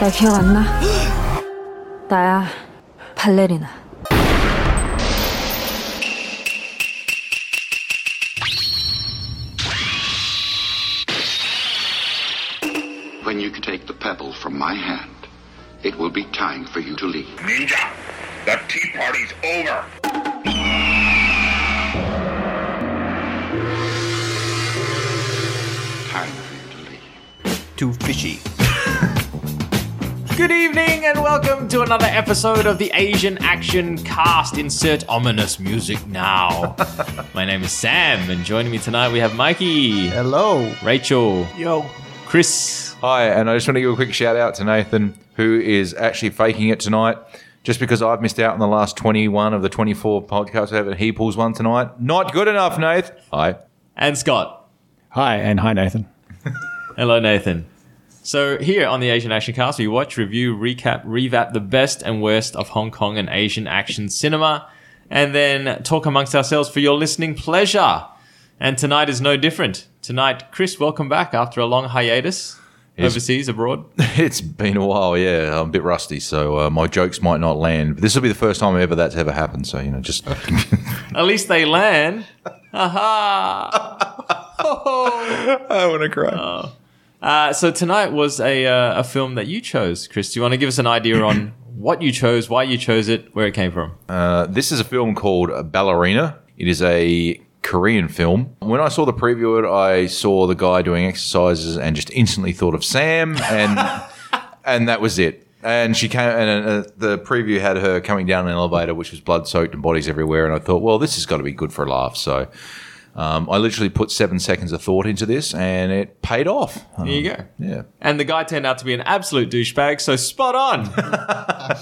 나 기억 안 나? 나야 발레리나 When you take the pebble from my hand, it will be time for you to leave. Ninja, the tea party's over. Time for you to leave. Too fishy. Good evening and welcome to another episode of the Asian Action Cast. Insert ominous music now. My name is Sam, and joining me tonight we have Mikey, Hello. Rachel, Yo. Chris. Hi, and I just want to give a quick shout out to Nathan, who is actually faking it tonight. Just because I've missed out on the last 21 of the 24 podcasts I have, and he pulls one tonight. Not good enough, Nath. Hi. And Scott. Hi, and hi, Nathan. Hello, Nathan. So, here on the Asian Action Cast, we watch, review, recap, revamp the best and worst of Hong Kong and Asian action cinema, and then talk amongst ourselves for your listening pleasure. And tonight is no different. Tonight, Chris, welcome back after a long hiatus overseas, abroad. It's been a while, yeah. I'm a bit rusty, so uh, my jokes might not land. But this will be the first time ever that's ever happened, so, you know, just. At least they land. I want to cry. Uh, so tonight was a uh, a film that you chose, Chris. Do you want to give us an idea on what you chose, why you chose it, where it came from? Uh, this is a film called Ballerina. It is a Korean film. When I saw the preview, of it, I saw the guy doing exercises and just instantly thought of Sam, and and that was it. And she came, and uh, the preview had her coming down an elevator, which was blood soaked and bodies everywhere. And I thought, well, this has got to be good for a laugh. So um, I literally put seven seconds of thought into this, and it paid off. Um, There you go. yeah, And the guy turned out to be an absolute douchebag, so spot on.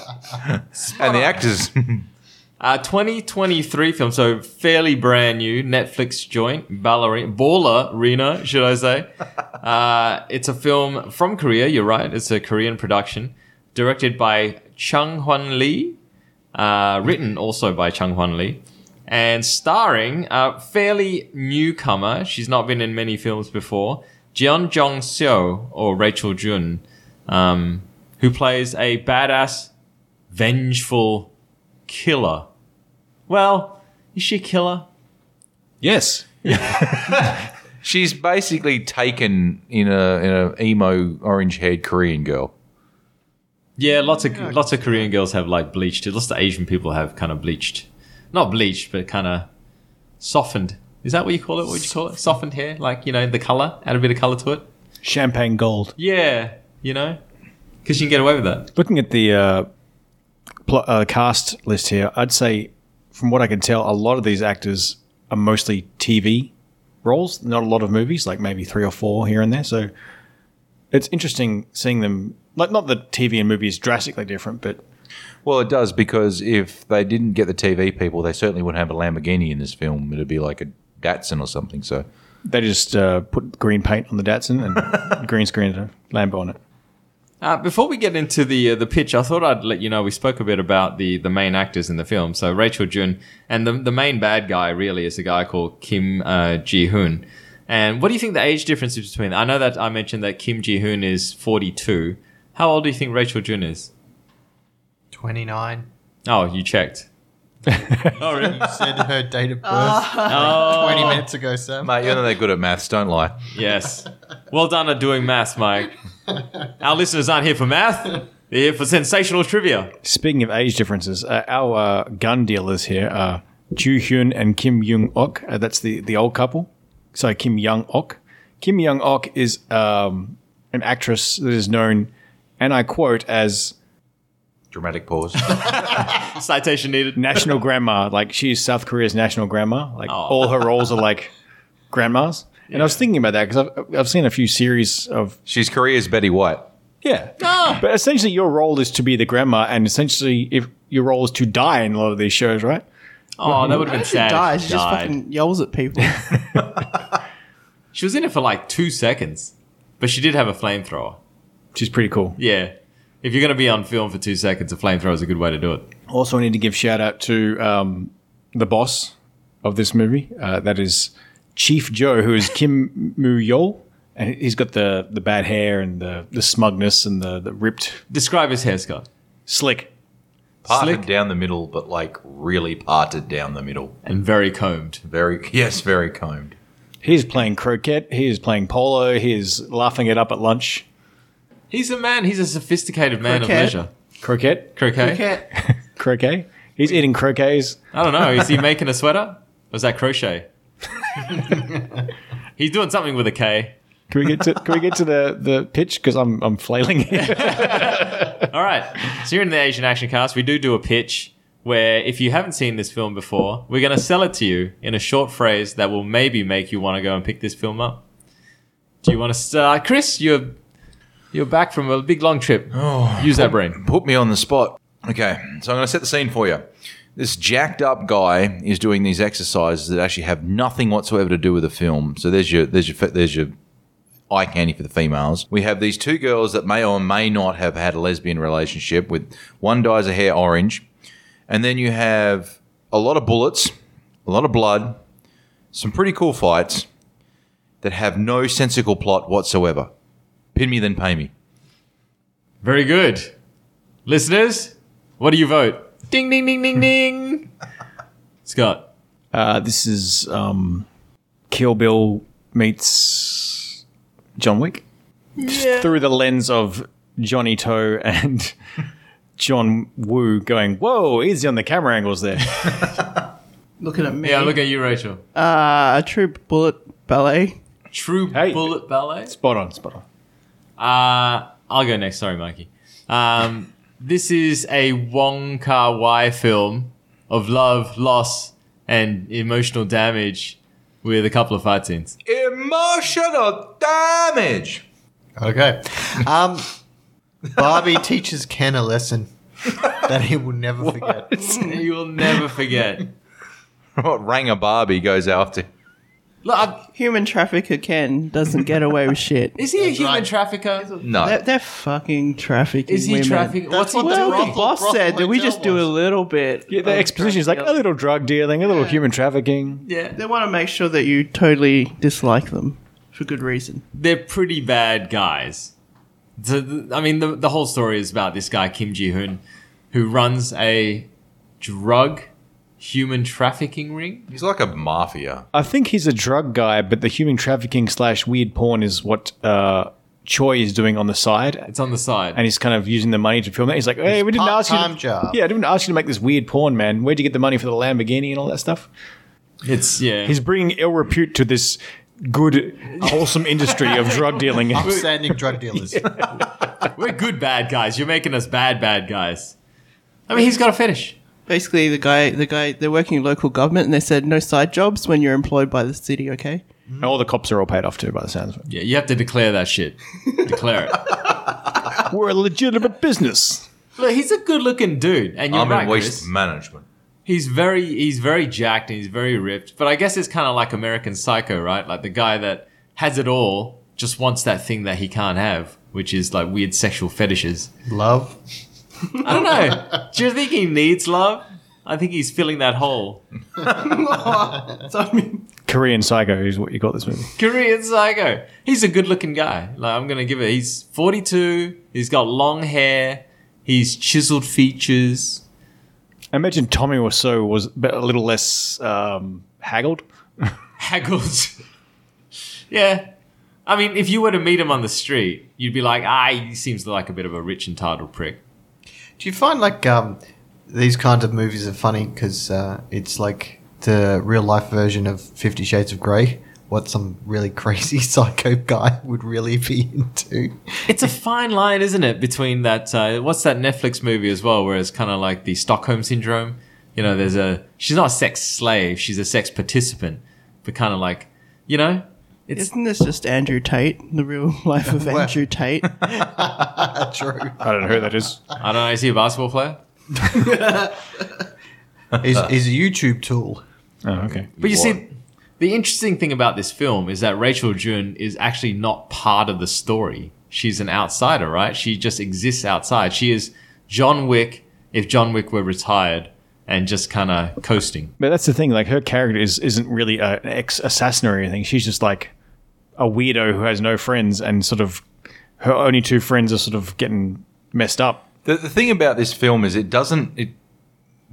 and the actors. Uh, 2023 film, so fairly brand new Netflix joint, Ballerina, Baller Rena, should I say. Uh, it's a film from Korea, you're right. It's a Korean production, directed by Chung Hwan Lee, uh, written also by Chung Hwan Lee, and starring a fairly newcomer. She's not been in many films before. Jeon Jong Seo, or Rachel Jun, um, who plays a badass, vengeful killer. Well, is she a killer? Yes. She's basically taken in a in a emo orange haired Korean girl. Yeah, lots of lots of Korean girls have like bleached. Lots of Asian people have kind of bleached, not bleached, but kind of softened. Is that what you call it? What would you call it? Softened hair, like you know, the color, add a bit of color to it. Champagne gold. Yeah, you know, because you can get away with that. Looking at the uh, pl- uh, cast list here, I'd say, from what I can tell, a lot of these actors are mostly TV roles, not a lot of movies, like maybe three or four here and there. So it's interesting seeing them. Like, not that TV and movie is drastically different, but Well, it does because if they didn't get the TV people, they certainly wouldn't have a Lamborghini in this film. It'd be like a Datsun or something. So they just uh, put green paint on the Datsun and green screen a Lambo on it. Uh, before we get into the uh, the pitch, I thought I'd let you know we spoke a bit about the the main actors in the film. So Rachel Jun and the the main bad guy really is a guy called Kim uh, Ji Hoon. And what do you think the age difference is between? I know that I mentioned that Kim Ji Hoon is forty two. How old do you think Rachel Jun is? 29. Oh, you checked. oh, really? You said her date of birth like 20 minutes ago, Sam. mate, you know they're good at maths. Don't lie. Yes. Well done at doing math, Mike. Our listeners aren't here for math. They're here for sensational trivia. Speaking of age differences, uh, our uh, gun dealers here are Ju Hyun and Kim Young Ok. Uh, that's the, the old couple. So Kim Young Ok. Kim Young Ok is um, an actress that is known, and I quote, as Dramatic pause. Citation needed. national grandma. Like she's South Korea's national grandma. Like all her roles are like grandmas. And I was thinking about that because I've, I've seen a few series of She's Korea's Betty White. Yeah. But essentially, your role is to be the grandma, and essentially, if your role is to die in a lot of these shows, right? Oh, that would have been She sad. dies. if She she just died. fucking yells at people. She was in it for like two seconds, but she did have a flamethrower. Which is pretty cool. Yeah. If you're going to be on film for two seconds, a flamethrower is a good way to do it. Also, I need to give shout out to um, the boss of this movie. Uh, that is Chief Joe, who is Kim Moo Yol, and he's got the the bad hair and the the smugness and the the ripped Describe his hair, Scott. slick. Parted Slick. down the middle, but like really parted down the middle. And very combed. Very yes, very combed. He's playing croquet. He is playing polo. He is laughing it up at lunch. He's a man. He's a sophisticated man Croquet. of leisure. Croquet, Croquet. Cat. croquet. He's eating croquets. I don't know. Is he making a sweater? Or is that crochet? he's doing something with a K. Can we get to Can we get to the the pitch? Because I'm I'm flailing here. All right. So you're in the Asian Action Cast. We do do a pitch where if you haven't seen this film before, we're going to sell it to you in a short phrase that will maybe make you want to go and pick this film up. Do you want to start, Chris? You're you're back from a big long trip. Oh, Use that brain. Put me on the spot. Okay, so I'm going to set the scene for you. This jacked up guy is doing these exercises that actually have nothing whatsoever to do with the film. So there's your there's your fe- there's your eye candy for the females. We have these two girls that may or may not have had a lesbian relationship. With one dyes her hair orange, and then you have a lot of bullets, a lot of blood, some pretty cool fights that have no sensical plot whatsoever. Pin me, then pay me. Very good. Listeners, what do you vote? Ding ding ding ding ding. Scott. Uh, this is um, Kill Bill meets John Wick through the lens of Johnny Toe and John Woo going, "Whoa, easy on the camera angles there." Looking at me. Yeah, look at you, Rachel. uh, a true bullet ballet. True Hey. bullet ballet. spot on, spot on. Uh, I'll go next. Sorry, Mikey. Um, this is a Wong Kar Wai film of love, loss, and emotional damage with a couple of fight scenes. Emotional damage. Okay. Um, Barbie teaches Ken a lesson that he will never forget. you will never forget. What Ranger Barbie goes after? Look, I- Human trafficker Ken doesn't get away with shit. is he a human right. trafficker? No, They're, they're fucking trafficking. Is he women. trafficking? What's he what Well, doing? the the Brothel- boss brothel said, did we hotel just do a was. little bit? Yeah, the of exposition is like a trafficking? little drug dealing, a little human trafficking. Yeah, They want to make sure that you totally dislike them for good reason. they're pretty bad guys. The- the- I mean, the, the whole story is about this guy Kim Ji Hoon, who runs a drug human trafficking ring. he's like a mafia. I think he's a drug guy, but the human trafficking slash weird porn is what uh, Choi is doing on the side, It's on the side. and he's kind of using the money to film that. He's like, "Hey, we didn't ask you." part-time To, job. Yeah, I didn't ask you to make this weird porn, man. Where'd you get the money for the Lamborghini and all that stuff? It's yeah. He's bringing ill repute to this good, wholesome industry of drug dealing. Upstanding drug dealers. We're good bad guys. You're making us bad bad guys. I mean, he's got a finish. Basically, the guy, the guy, they're working in local government, and they said no side jobs when you're employed by the city. Okay, And all the cops are all paid off too, by the sounds of it. Yeah, you have to declare that shit. declare it. We're a legitimate business. Look, he's a good looking dude, and you're I'm right, in waste Chris. management. He's very he's very jacked and he's very ripped. But I guess it's kind of like American Psycho, right? Like the guy that has it all just wants that thing that he can't have, which is like weird sexual fetishes. Love. I don't know. Do you think he needs love? I think he's filling that hole. Korean Psycho is what you got this movie. Korean Psycho. He's a good looking guy. Like I'm gonna give it. He's 42. He's got long hair. He's chiseled features. I imagine Tommy or so was a bit- a little less um, haggled. Haggles. yeah. I mean, if you were to meet him on the street, you'd be like, ah, he seems like a bit of a rich entitled prick. Do you find like um, these kinds of movies are funny because uh, it's like the real life version of Fifty Shades of Grey? What some really crazy psycho guy would really be into. It's a fine line, isn't it, between that uh, what's that Netflix movie as well, where it's kind of like the Stockholm syndrome. You know, there's a she's not a sex slave, she's a sex participant, but kind of like, you know, it's isn't this just Andrew Tate, the real life of Andrew Tate? True. I don't know who that is. I don't know. Is he a basketball player? Is, Uh. is a YouTube tool. Oh, okay. But you What? see, the interesting thing about this film is that Rachel June is actually not part of the story. She's an outsider, right? She just exists outside. She is John Wick if John Wick were retired and just kind of coasting. But that's the thing. Like her character is isn't really a, an ex assassin or anything. She's just like a weirdo who has no friends and sort of her only two friends are sort of getting messed up. The, the thing about this film is it doesn't it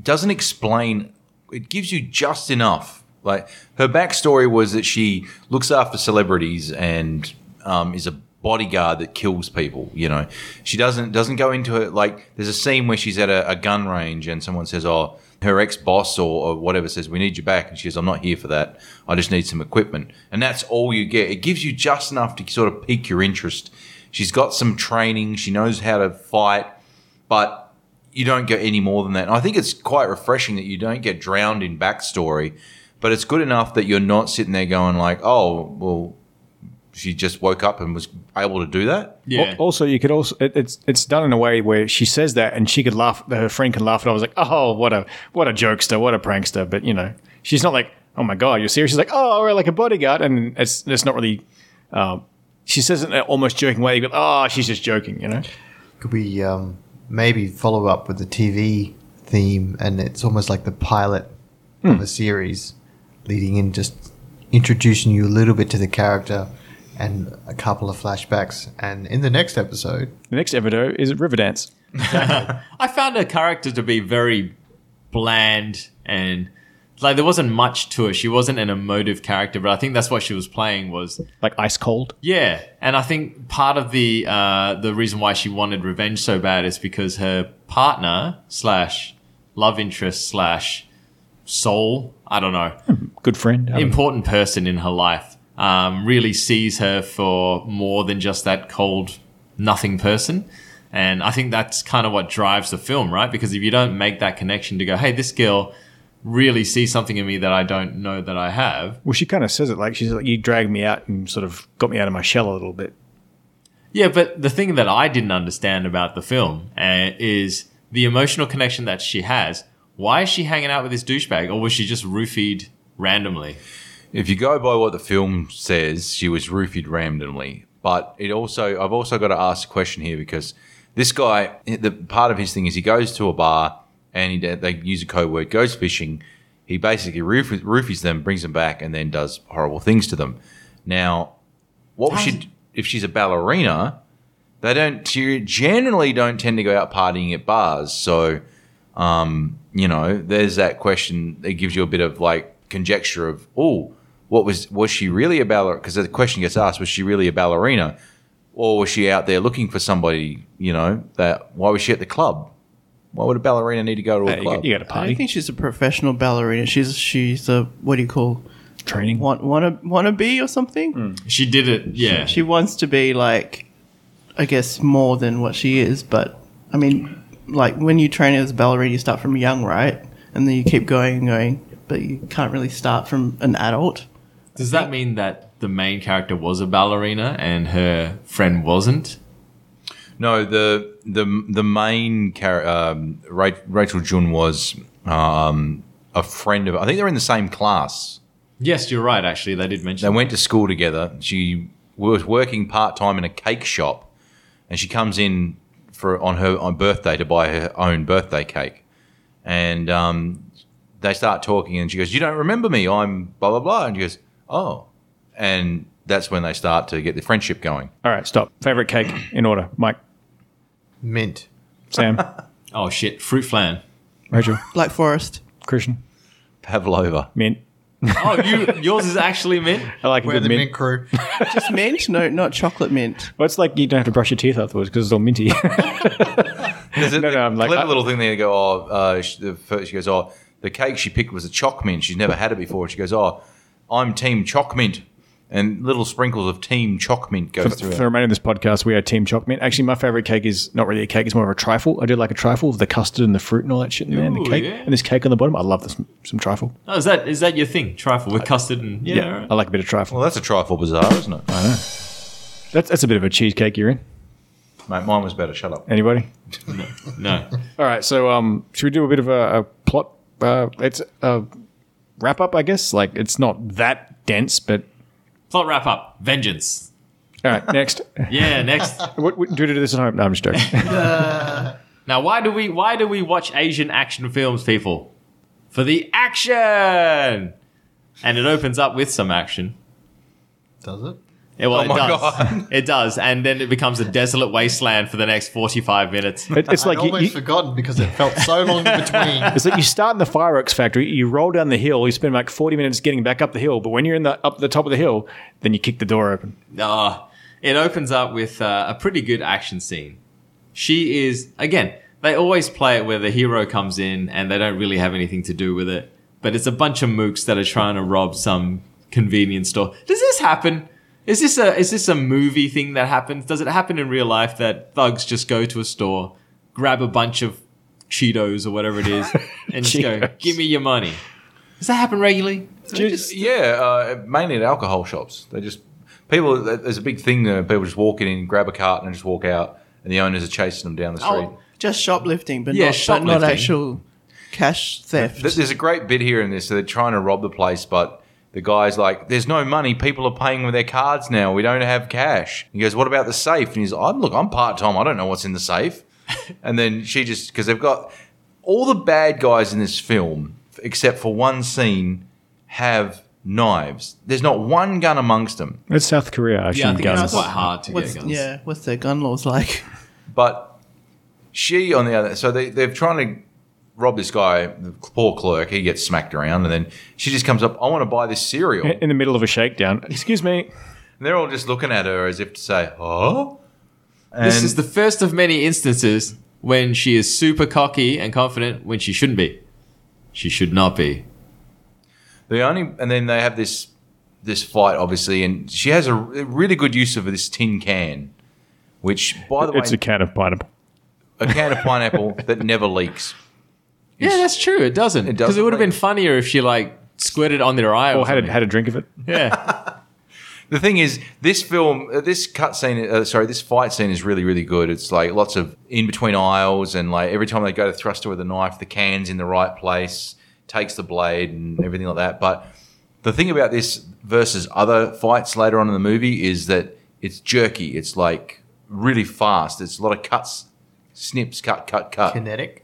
doesn't explain. It gives you just enough. Like her backstory was that she looks after celebrities and um, is a bodyguard that kills people. You know, she doesn't doesn't go into it. Like there's a scene where she's at a, a gun range and someone says, "Oh." her ex boss or, or, whatever says, We need you back. And she says, I'm not here for that. I just need some equipment. And that's all you get. It gives you just enough to sort of pique your interest. She's got some training. She knows how to fight, but you don't get any more than that. And I think it's quite refreshing that you don't get drowned in backstory, but it's good enough that you're not sitting there going, like, Oh, well, she just woke up and was able to do that. Yeah. Also, you could also it, it's it's done in a way where she says that and she could laugh. Her friend can laugh, and I was like, oh, what a what a jokester, what a prankster. But you know, she's not like, oh my god, you're serious. She's like, oh, we're like a bodyguard, and it's it's not really. Uh, she says it in an almost joking way. You go, oh, she's just joking, you know. Could we um, maybe follow up with the TV theme, and it's almost like the pilot Hmm. of a series, leading in just introducing you a little bit to the character. And a couple of flashbacks. And in the next episode, The next episode is Riverdance. I found her character to be very bland and like there wasn't much to her. She wasn't an emotive character, but I think that's what she was playing was Like ice cold. yeah. And I think part of the uh, the reason why she wanted revenge so bad is because her partner slash love interest slash soul I don't know Good friend. Um, important person in her life um, really sees her for more than just that cold nothing person and i think that's kind of what drives the film right because if you don't make that connection to go hey this girl really sees something in me that i don't know that i have well, she kind of says it like she's like, you dragged me out and sort of got me out of my shell a little bit. yeah but the thing that i didn't understand about the film uh, is the emotional connection that she has why is she hanging out with this douchebag or was she just roofied randomly If you go by what the film says, she was roofied randomly. But it also, I've also got to ask a question here because this guy, the part of his thing is he goes to a bar and he, they use a code word, goes fishing. He basically roof, roofies them, brings them back, and then does horrible things to them. Now, what we should, if she's a ballerina, they don't she generally don't tend to go out partying at bars. So, um, you know, there's that question. It gives you a bit of like conjecture of, oh, what was was she really a ballerina? Because the question gets asked, was she really a ballerina, or was she out there looking for somebody? You know, that why was she at the club? Why would a ballerina need to go to a Hey, you, club? got- you got a I don't party think she's a professional ballerina. She's she's a what do you call training. want wanna wannabe or Mm. something? she did it yeah She wants to be like, I guess, more than what she is. But I mean, like when you train as a ballerina, you start from young, right? And then you keep going and going, but you can't really start from an adult. Does that mean that the main character was a ballerina and her friend wasn't? No, the the the main character, um, Ra- Rachel Jun, was um, a friend of. I think they're in the same class. Yes, you're right. Actually, they did mention. They went to school together. She was working part time in a cake shop, and she comes in for on her on birthday to buy her own birthday cake, and um, they start talking, and she goes, "You don't remember me? I'm blah blah blah," and she goes, "Oh," and that's when they start to get the friendship going. All right, stop. Favorite cake in order. Mike, mint. Sam, oh shit! Fruit flan. Rachel, Black Forest. Christian, Pavlova. Mint. Oh, you yours is actually mint. I like a We're good the mint. mint crew. Just mint? No, not chocolate mint. Well, it's like you don't have to brush your teeth afterwards because it's all minty. There's a No, no, I'm like- clever I- little thing there. to Go, oh, uh, she, the first, she goes, oh, the cake she picked was a choc mint. She's never had it before. She goes, oh, I'm team choc mint, and little sprinkles of team choc mint for, goes for through. the it. remainder of this podcast, we are Team Chalk Mint. Actually, my favorite cake is not really a cake; it's more of a trifle. I do like a trifle with the custard and the fruit and all that shit in there, and Ooh, the cake yeah. and this cake on the bottom. I love this some trifle. Oh, is that is that your thing? Trifle with custard and yeah. alright. I like a bit of trifle. Well, that's a trifle bizarre, isn't it? I know. That's that's a bit of a cheesecake you're in. Mate, mine was better. Shut up. Anybody? No. All right, so um, should we do a bit of a, a plot? Uh, it's a wrap up, I guess. Like it's not that dense, but Plot wrap up. Vengeance. all right. Next, Yeah. Next. what, what, do we do this at home? No, I'm just joking. now, why do we why do we watch Asian action films, people? For the action. And it opens up with some action. Does it? Yeah, well, Oh it my does. God. It does, and then it becomes a desolate wasteland for the next forty-five minutes. It- it's like I'd you- almost you, forgotten because it felt so long between. It's like you start in the fireworks factory, you roll down the hill, you spend like 40 minutes getting back up the hill, but when you're in the up the top of the hill, then you kick the door open. Ah, it opens up with uh, a pretty good action scene. She is again. They always play it where the hero comes in and they don't really have anything to do with it, but it's a bunch of mooks that are trying to rob some convenience store. Does this happen? Is this a is this a movie thing that happens? Does it happen in real life that thugs just go to a store, grab a bunch of Cheetos or whatever it is, and just go, Cheetos. "Give me your money"? Does that happen regularly? Just- yeah, uh, mainly at alcohol shops. They just people. There's a big thing there. People just walk in, grab a cart, and just walk out, and the owners are chasing them down the street. Oh, Just shoplifting, but, Yeah, not, but not shoplifting. actual cash theft. Th- There's a great bit here in this. So they're trying to rob the place, but the guy's like, "There's no money. People are paying with their cards now. We don't have cash." He goes, "What about the safe?" And he's, like, "I'm look. I'm part time. I don't know what's in the safe." and then she just because they've got all the bad guys in this film, except for one scene, have knives. There's not one gun amongst them. It's South Korea, I yeah, I assume. think it's guns. quite hard to What's, get guns. yeah, what's their gun laws like? But she, on the other, so they, they're trying to rob this guy, the poor clerk. He gets smacked around, and then she just comes up. I want to buy this cereal. In- In the middle of a shakedown. Excuse me. And they're all just looking at her as if to say, "Huh." And This is the first of many instances when she is super cocky and confident when she shouldn't be. She should not be. the only, and then they have this this fight, obviously, and she has a r- really good use of this tin can, which, by the It's way, a can of pineapple. a can of pineapple that never leaks. Yeah, that's true. It doesn't. It Because doesn't, it, would have like- been funnier if she like squirted on their eye or, Or had a, something. had a drink of it. yeah. The thing is, this film, uh, this cut scene, uh, sorry, this fight scene is really, really good. It's like lots of in between aisles, and like every time they go to thrust her with a knife, the can's in the right place, takes the blade, and everything like that. But the thing about this versus other fights later on in the movie is that it's jerky. It's like really fast. It's a lot of cuts, snips, cut, cut, cut. Kinetic.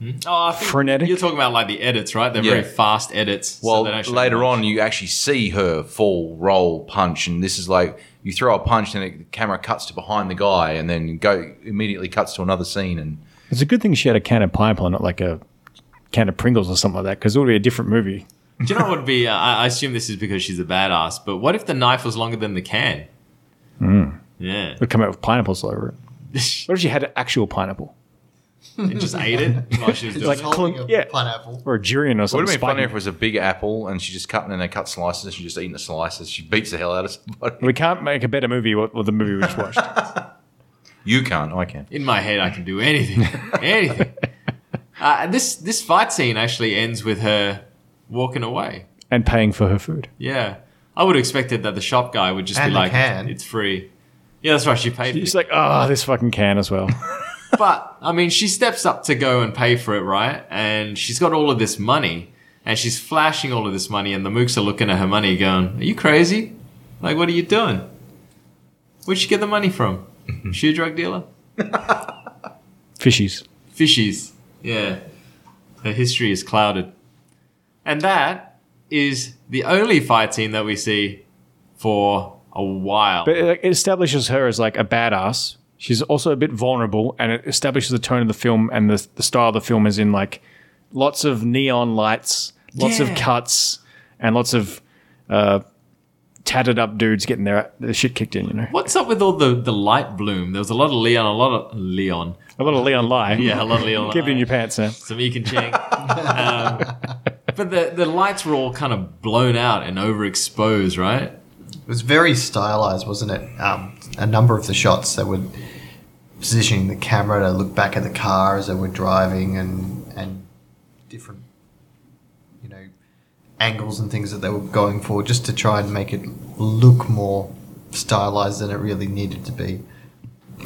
Oh, I think Frenetic? You're talking about like the edits, right? They're Yeah. very fast edits. so Well, they don't show later much. on, you actually see her fall, roll, punch, and this is like you throw a punch, and it, the camera cuts to behind the guy, and then go immediately cuts to another scene, and It's a good thing she had a can of pineapple, not like a can of Pringles or something like that, because it would be a different movie. Do you know what would be? Uh, I I assume this is because she's a badass, but what if the knife was longer than the can? Hmm. Yeah. It would come out with pineapples all over it. What if she had an actual pineapple? And just ate it while she was doing like it. Holding clunk- a yeah. pineapple. Or a durian or would something. have been funny spiky. if it was a big apple, and she just cutting and they cut slices, and she just eating the slices. She beats the hell out of somebody. we can't make a better movie with with the movie we just watched. You can't, I can. in my head I can do anything, anything. Uh, this this fight scene actually ends with her walking away. and paying for her food. Yeah, I would have expected that the shop guy would just And be the like, can. "It's free." Yeah, that's right. She paid. It's for like, oh, this fucking can as well. it. But I mean, she steps up to go and pay for it, right? And she's got all of this money, and she's flashing all of this money, and the mooks are looking at her money, going, "Are you crazy? Like, what are you doing? Where'd she get the money from? Is she a drug dealer?" Fishies. fishies. Yeah. Her history is clouded. And that is the only fight scene that we see for a while. But it, like, it establishes her as like a badass. She's also a bit vulnerable, and it establishes the tone of the film and the, the style of the film is in like lots of neon lights, lots Yeah. of cuts, and lots of uh, tattered up dudes getting their, their shit kicked in. You know, What's up with all the, the light bloom? There was a lot of Leon, a lot of Leon. a lot of Leon Lai. Yeah, a lot of Leon. Keep it in your pants, man. Some Ekin Chang. um, but the, the lights were all kind of blown out and overexposed, right? It was very stylized, wasn't it? Um, a number of the shots that were positioning the camera to look back at the car as they were driving, and and different, you know, angles and things that they were going for, just to try and make it look more stylized than it really needed to be.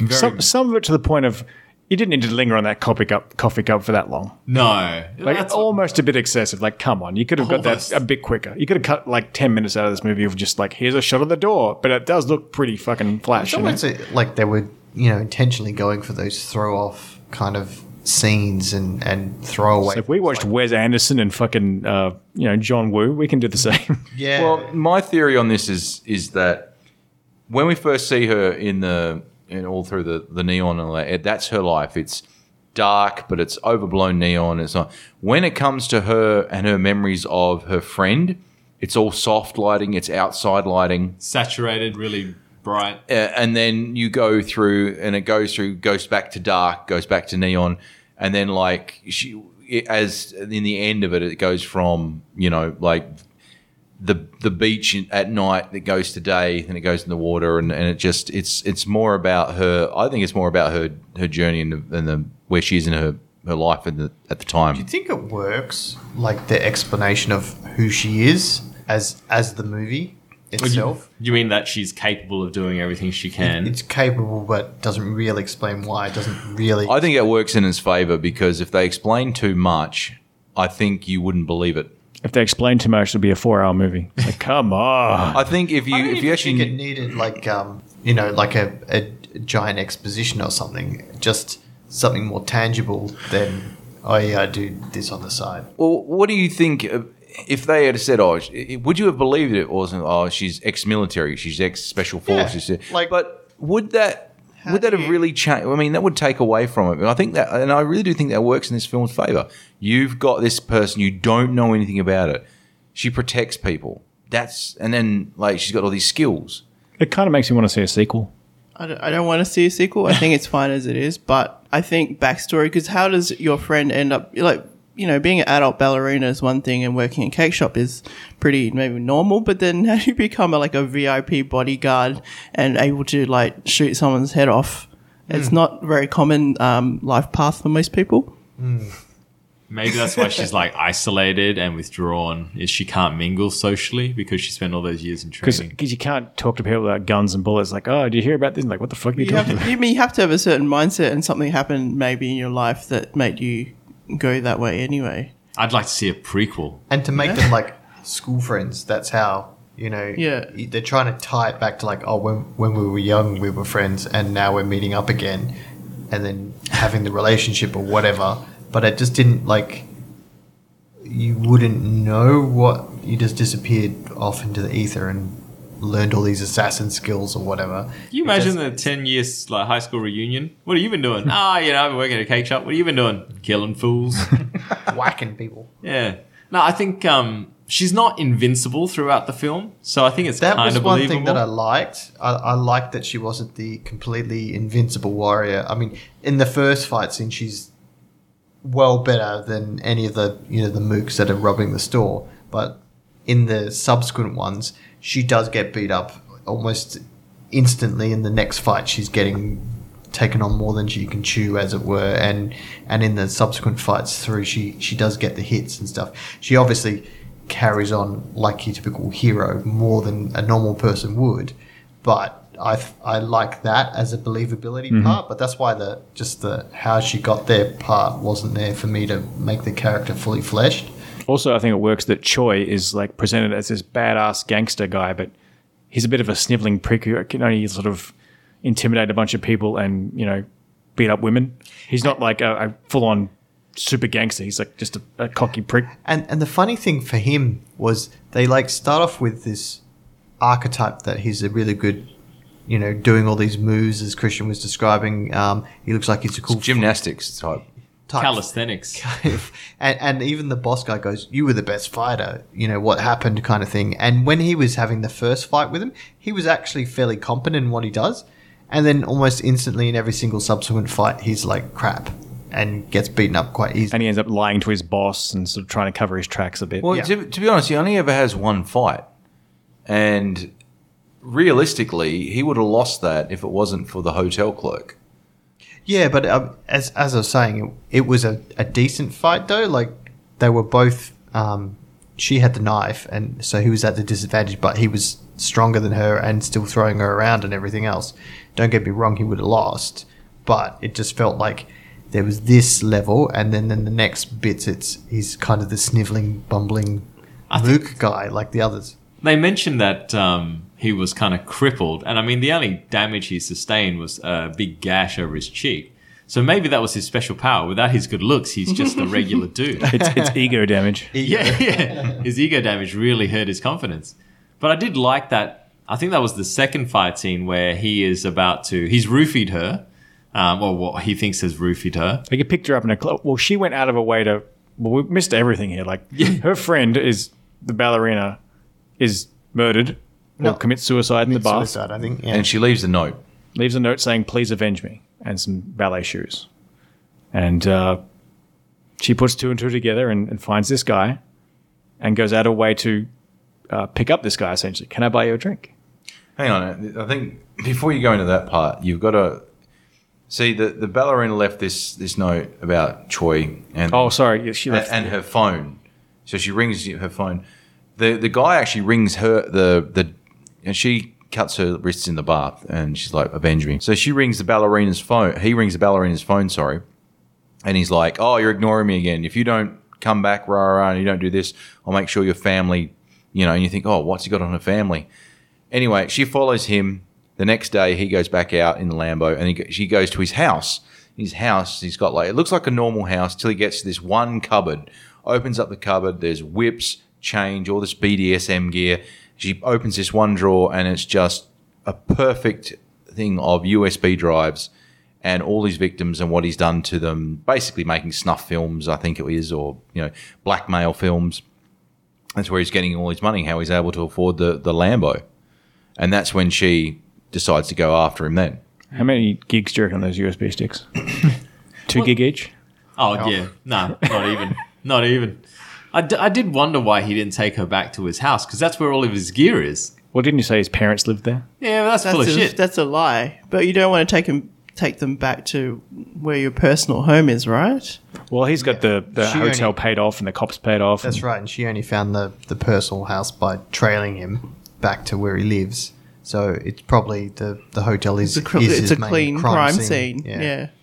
Some, some of it to the point of you didn't need to linger on that coffee cup, coffee cup for that long. No. Like That's- it's almost a bit excessive. Like, come on, you could have got Almost. that a bit quicker. You could have cut like ten minutes out of this movie of just like, here's a shot of the door, but it does look pretty fucking It's flash. you know? almost like they were, you know, intentionally going for those throw off kind of scenes and and throwaway. If we watched Wes Anderson and fucking uh, you know John Woo, we can do the same. yeah, Well, my theory on this is is that when we first see her in the and all through the the neon and all that, that's her life. It's dark, but it's overblown neon. It's not. When it comes to her and her memories of her friend, it's all soft lighting. It's outside lighting. Saturated, really bright. Uh, and then you go through and it goes through goes back to dark goes back to neon and then like she it- as in the end of it it goes from you know like the the beach in- at night that goes to day then it goes in the water and, and it just it's it's more about her I think it's more about her her journey and the, and the where she is in her her life in the, at the Do time you think it works? Like the explanation of who she is as as the movie itself. You mean that she's capable of doing everything she can? It's capable, but doesn't really explain why. It doesn't really. I think it works in its favor because if they explain too much I think you wouldn't believe it If they explained too much, it'd be a four-hour movie. Like, come on. I think if you I don't if you even actually think it needed like um you know like a, a giant exposition or something, just something more tangible than oh yeah, I do this on the side. Well, what do you think uh, if they had said, "Oh, sh- would you have believed it?" Or something, "Oh, she's ex-military, she's ex-special forces." like- but would that would that do have you- really changed? I mean, that would take away from it. And I think that, and I really do think that works in this film's favor. You've got this person you don't know anything about it. She protects people. That's and then like she's got all these skills. It kind of makes me want to see a sequel. I don't, I don't want to see a sequel. I think it's fine as it is, but I think backstory because how does your friend end up like you know being an adult ballerina is one thing and working in cake shop is pretty maybe normal, but then how do you become a, like a VIP bodyguard and able to like shoot someone's head off? It's not a very common um, life path for most people. Maybe that's why she's like isolated and withdrawn. Is she can't mingle socially because she spent all those years in Because training? you can't talk to people without guns and bullets. Like, oh, did you hear about this? Like, what the fuck are you You have talking to, you mean you have to have a certain mindset and something happened maybe in your life that made you go that way anyway. I'd like to see a prequel. and to make them like school friends. That's how you know. Yeah. y- they're trying to tie it back to like, oh, when when we were young, we were friends, and now we're meeting up again, and then having the relationship or whatever. But it just didn't like. You wouldn't know what you just disappeared off into the ether and learned all these assassin skills or whatever. Can you It imagine just- the ten years like high school reunion? What have you been doing? ah, you know, I've been working at a cake shop. What have you been doing? Killing fools. whacking people? yeah. No, I think um, she's not invincible throughout the film, so I think it's That kind was of one believable. thing that I liked. I, I liked that she wasn't the completely invincible warrior. I mean, in the first fight scene, she's well better than any of the you know the mooks that are robbing the store. But in the subsequent ones, she does get beat up almost instantly. In the next fight, she's getting taken on more than she can chew, as it were. And and in the subsequent fights through, she she does get the hits and stuff. She obviously carries on like your typical hero more than a normal person would, but. I, I like that as a believability part, but that's why the just the how she got there part wasn't there for me to make the character fully fleshed. about? Also, I think it works that Choi is like presented as this badass gangster guy, but he's a bit of a sniveling prick who can only sort of intimidate a bunch of people and you know beat up women. He's not like a, a full-on super gangster. He's like just a, a cocky prick. And and the funny thing for him was they like start off with this archetype that he's a really good, you know, doing all these moves as Christian was describing. Um, he looks like he's a cool Gymnastics type. type. Calisthenics. and and even the boss guy goes, "You were the best fighter." You know what happened, kind of thing. And when he was having the first fight with him, he was actually fairly competent in what he does. And then almost instantly, in every single subsequent fight, he's like crap and gets beaten up quite easily. And he ends up lying to his boss and sort of trying to cover his tracks a bit. Well, to, to be honest, he only ever has one fight, and realistically, he would have lost that if it wasn't for the hotel clerk. Yeah, but um, as as I was saying, it, it was a, a decent fight though. Like they were both. Um, she had the knife, and so he was at the disadvantage. But he was stronger than her, and still throwing her around and everything else. Don't get me wrong; he would have lost, but it just felt like there was this level, and then then the next bits, it's he's kind of the sniveling, bumbling Luke guy like the others. They mentioned that um, he was kind of crippled, and I mean, the only damage he sustained was a big gash over his cheek. So maybe that was his special power. Without his good looks, he's just a regular dude. it's, it's ego damage. yeah, yeah. His ego damage really hurt his confidence. But I did like that I think that was the second fight scene where he is about to he's roofied her, um, or what he thinks has roofied her. Like he picked her up in a club. Well, she went out of her way to. Well, we missed everything here. Like her friend is the ballerina, is murdered No. or commits suicide in the bath. Suicide, I think. Yeah. And she leaves a note. Leaves a note saying, "Please avenge me," and some ballet shoes. And uh, she puts two and two together and, and finds this guy, and goes out of her way to uh, pick up this guy. Essentially, can I buy you a drink? Hang on. I think before you go into that part, you've got to see the the ballerina left this this note about Choi and Oh, sorry, yeah, she and, left. and her phone. So she rings her phone. The the guy actually rings her the the and she cuts her wrists in the bath and she's like, Avenge me. So she rings the ballerina's phone. He rings the ballerina's phone, sorry. And he's like, Oh, you're ignoring me again. If you don't come back, rah, rah, rah, and you don't do this, I'll make sure your family you know, and you think, Oh, what's he got on her family? Anyway, she follows him. The next day, he goes back out in the Lambo, and he, go- she goes to his house. His house, he's got like it looks like a normal house till he gets to this one cupboard. Opens up the cupboard. There's whips, change, all this BDSM gear. She opens this one drawer, and it's just a perfect thing of USB drives and all his victims and what he's done to them. Basically, making snuff films, I think it is, or you know, blackmail films. That's where he's getting all his money. How he's able to afford the the Lambo and that's when she decides to go after him then How many gigs do you reckon on those USB sticks? Two gig each. Oh yeah, no, not even, not even. I, d- I did wonder why he didn't take her back to his house because that's where all of his gear is. Well, didn't you say his parents lived there? Yeah, but that's, full of That's a, shit. that's a lie. But you don't want to take him take them back to where your personal home is, right? Well, he's got the, the She hotel only- paid off and the cops paid off. That's right. And she only found the, the personal house by trailing him back to where he lives. So it's probably the, the hotel is It's a, cr- is it's his a main clean crime, scene. Yeah. Oh,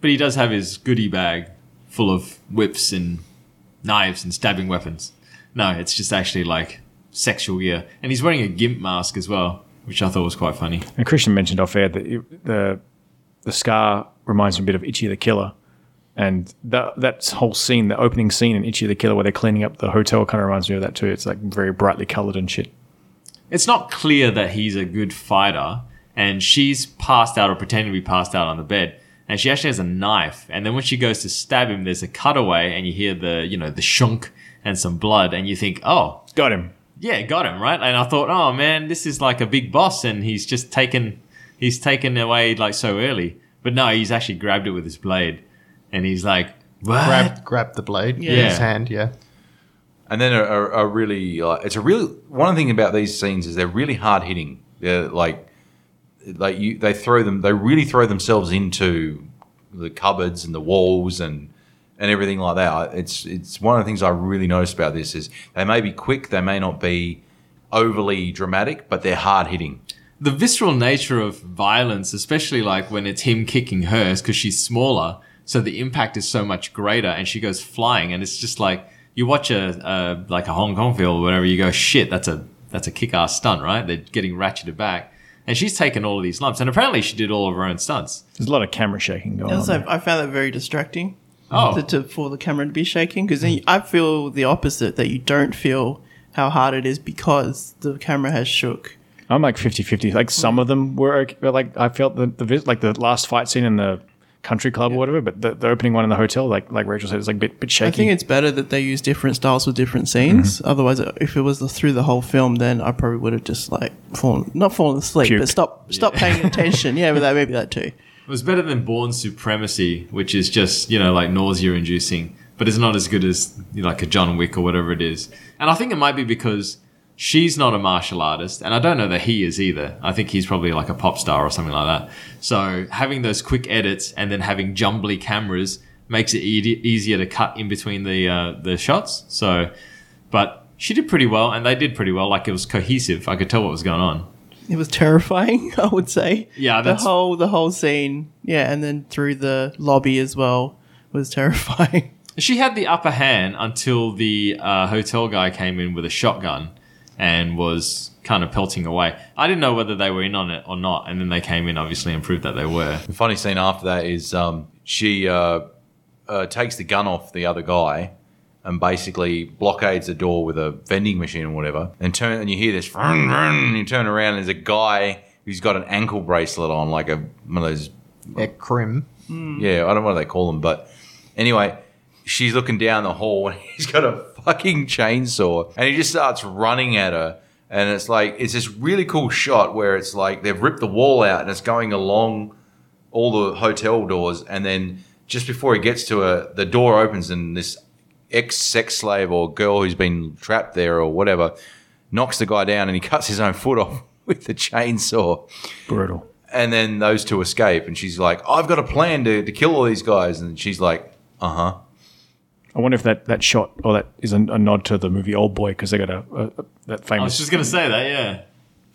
But he does have his goodie bag full of whips and knives and stabbing weapons. No, it's just actually like sexual gear, and he's wearing a gimp mask as well, which I thought was quite funny. And Christian mentioned off air that it, the the scar reminds me a bit of Itchy the Killer, and that that whole scene, the opening scene in Itchy the Killer, where they're cleaning up the hotel, kind of reminds me of that too. It's like very brightly coloured and shit. it's not clear that he's a good fighter and she's passed out or pretending to be passed out on the bed and she actually has a knife and then when she goes to stab him there's a cutaway and you hear the you know the shunk and some blood and you think oh Got him. yeah got him right and i thought oh man this is like a big boss and he's just taken he's taken away like so early but no he's actually grabbed it with his blade and he's like what? Grab, grab the blade yeah. in Yeah. his hand, yeah. and then a, a, a really uh, it's a really one thing about these scenes is they're really hard hitting they're like like you they throw them they really throw themselves into the cupboards and the walls and and everything like that it's it's one of the things i really noticed about this is they may be quick they may not be overly dramatic but they're hard hitting the visceral nature of violence, especially like when it's him kicking hers because she's smaller, so the impact is so much greater, and she goes flying, and it's just like you watch a, a like a Hong Kong film or whatever, you go shit, that's a that's a kick ass stunt, right? They're getting ratcheted back, and she's taken all of these lumps, and apparently she did all of her own stunts. There's a lot of camera shaking going on. Also, there. I found that very distracting. Oh. To, to- for the camera to be shaking because then you- I feel the opposite that you don't feel how hard it is because the camera has shook. I'm like 50-50. Like some of them were okay, but, like I felt the the vis- like the last fight scene in the country club or whatever, but the, the opening one in the hotel, like like Rachel said, it's like a bit bit shaky. I think it's better that they use different styles for different scenes. Mm-hmm. Otherwise, if it was the, through the whole film, then I probably would have just like fallen, not fallen asleep, Puked. but stop stop paying attention. Yeah, but that maybe that too. It was better than Born Supremacy, which is just you know like nausea inducing, but it's not as good as you know, like a John Wick or whatever it is. And I think it might be because she's not a martial artist, and I don't know that he is either. I think he's probably like a pop star or something like that. So having those quick edits and then having jumbly cameras makes it e- easier to cut in between the uh, the shots. So, but she did pretty well, and they did pretty well. Like it was cohesive. I could tell what was going on. It was terrifying, I would say. Yeah, the that's- whole the whole scene. Yeah, and then through the lobby as well was terrifying. She had the upper hand until the uh, hotel guy came in with a shotgun and was kind of pelting away. I didn't know whether they were in on it or not, and then they came in obviously and proved that they were. The funny scene after that is um, she uh, uh, takes the gun off the other guy and basically blockades the door with a vending machine or whatever. And turn and you hear this, vroom, vroom, and you turn around and there's a guy who's got an ankle bracelet on, like a one of those. Yeah, crim. Yeah, I don't know what they call them, but anyway, she's looking down the hall and he's got a fucking chainsaw and he just starts running at her. And it's like it's this really cool shot where it's like they've ripped the wall out and it's going along all the hotel doors, and then just before he gets to her, the door opens and this ex sex slave or girl who's been trapped there or whatever knocks the guy down and he cuts his own foot off with the chainsaw. Brutal. And then those two escape, and she's like, I've got a plan to, to kill all these guys. And she's like, uh huh. I wonder if that, that shot or that is a, a nod to the movie Old Boy because they got a, a, a that I was famous. just going to say that, yeah.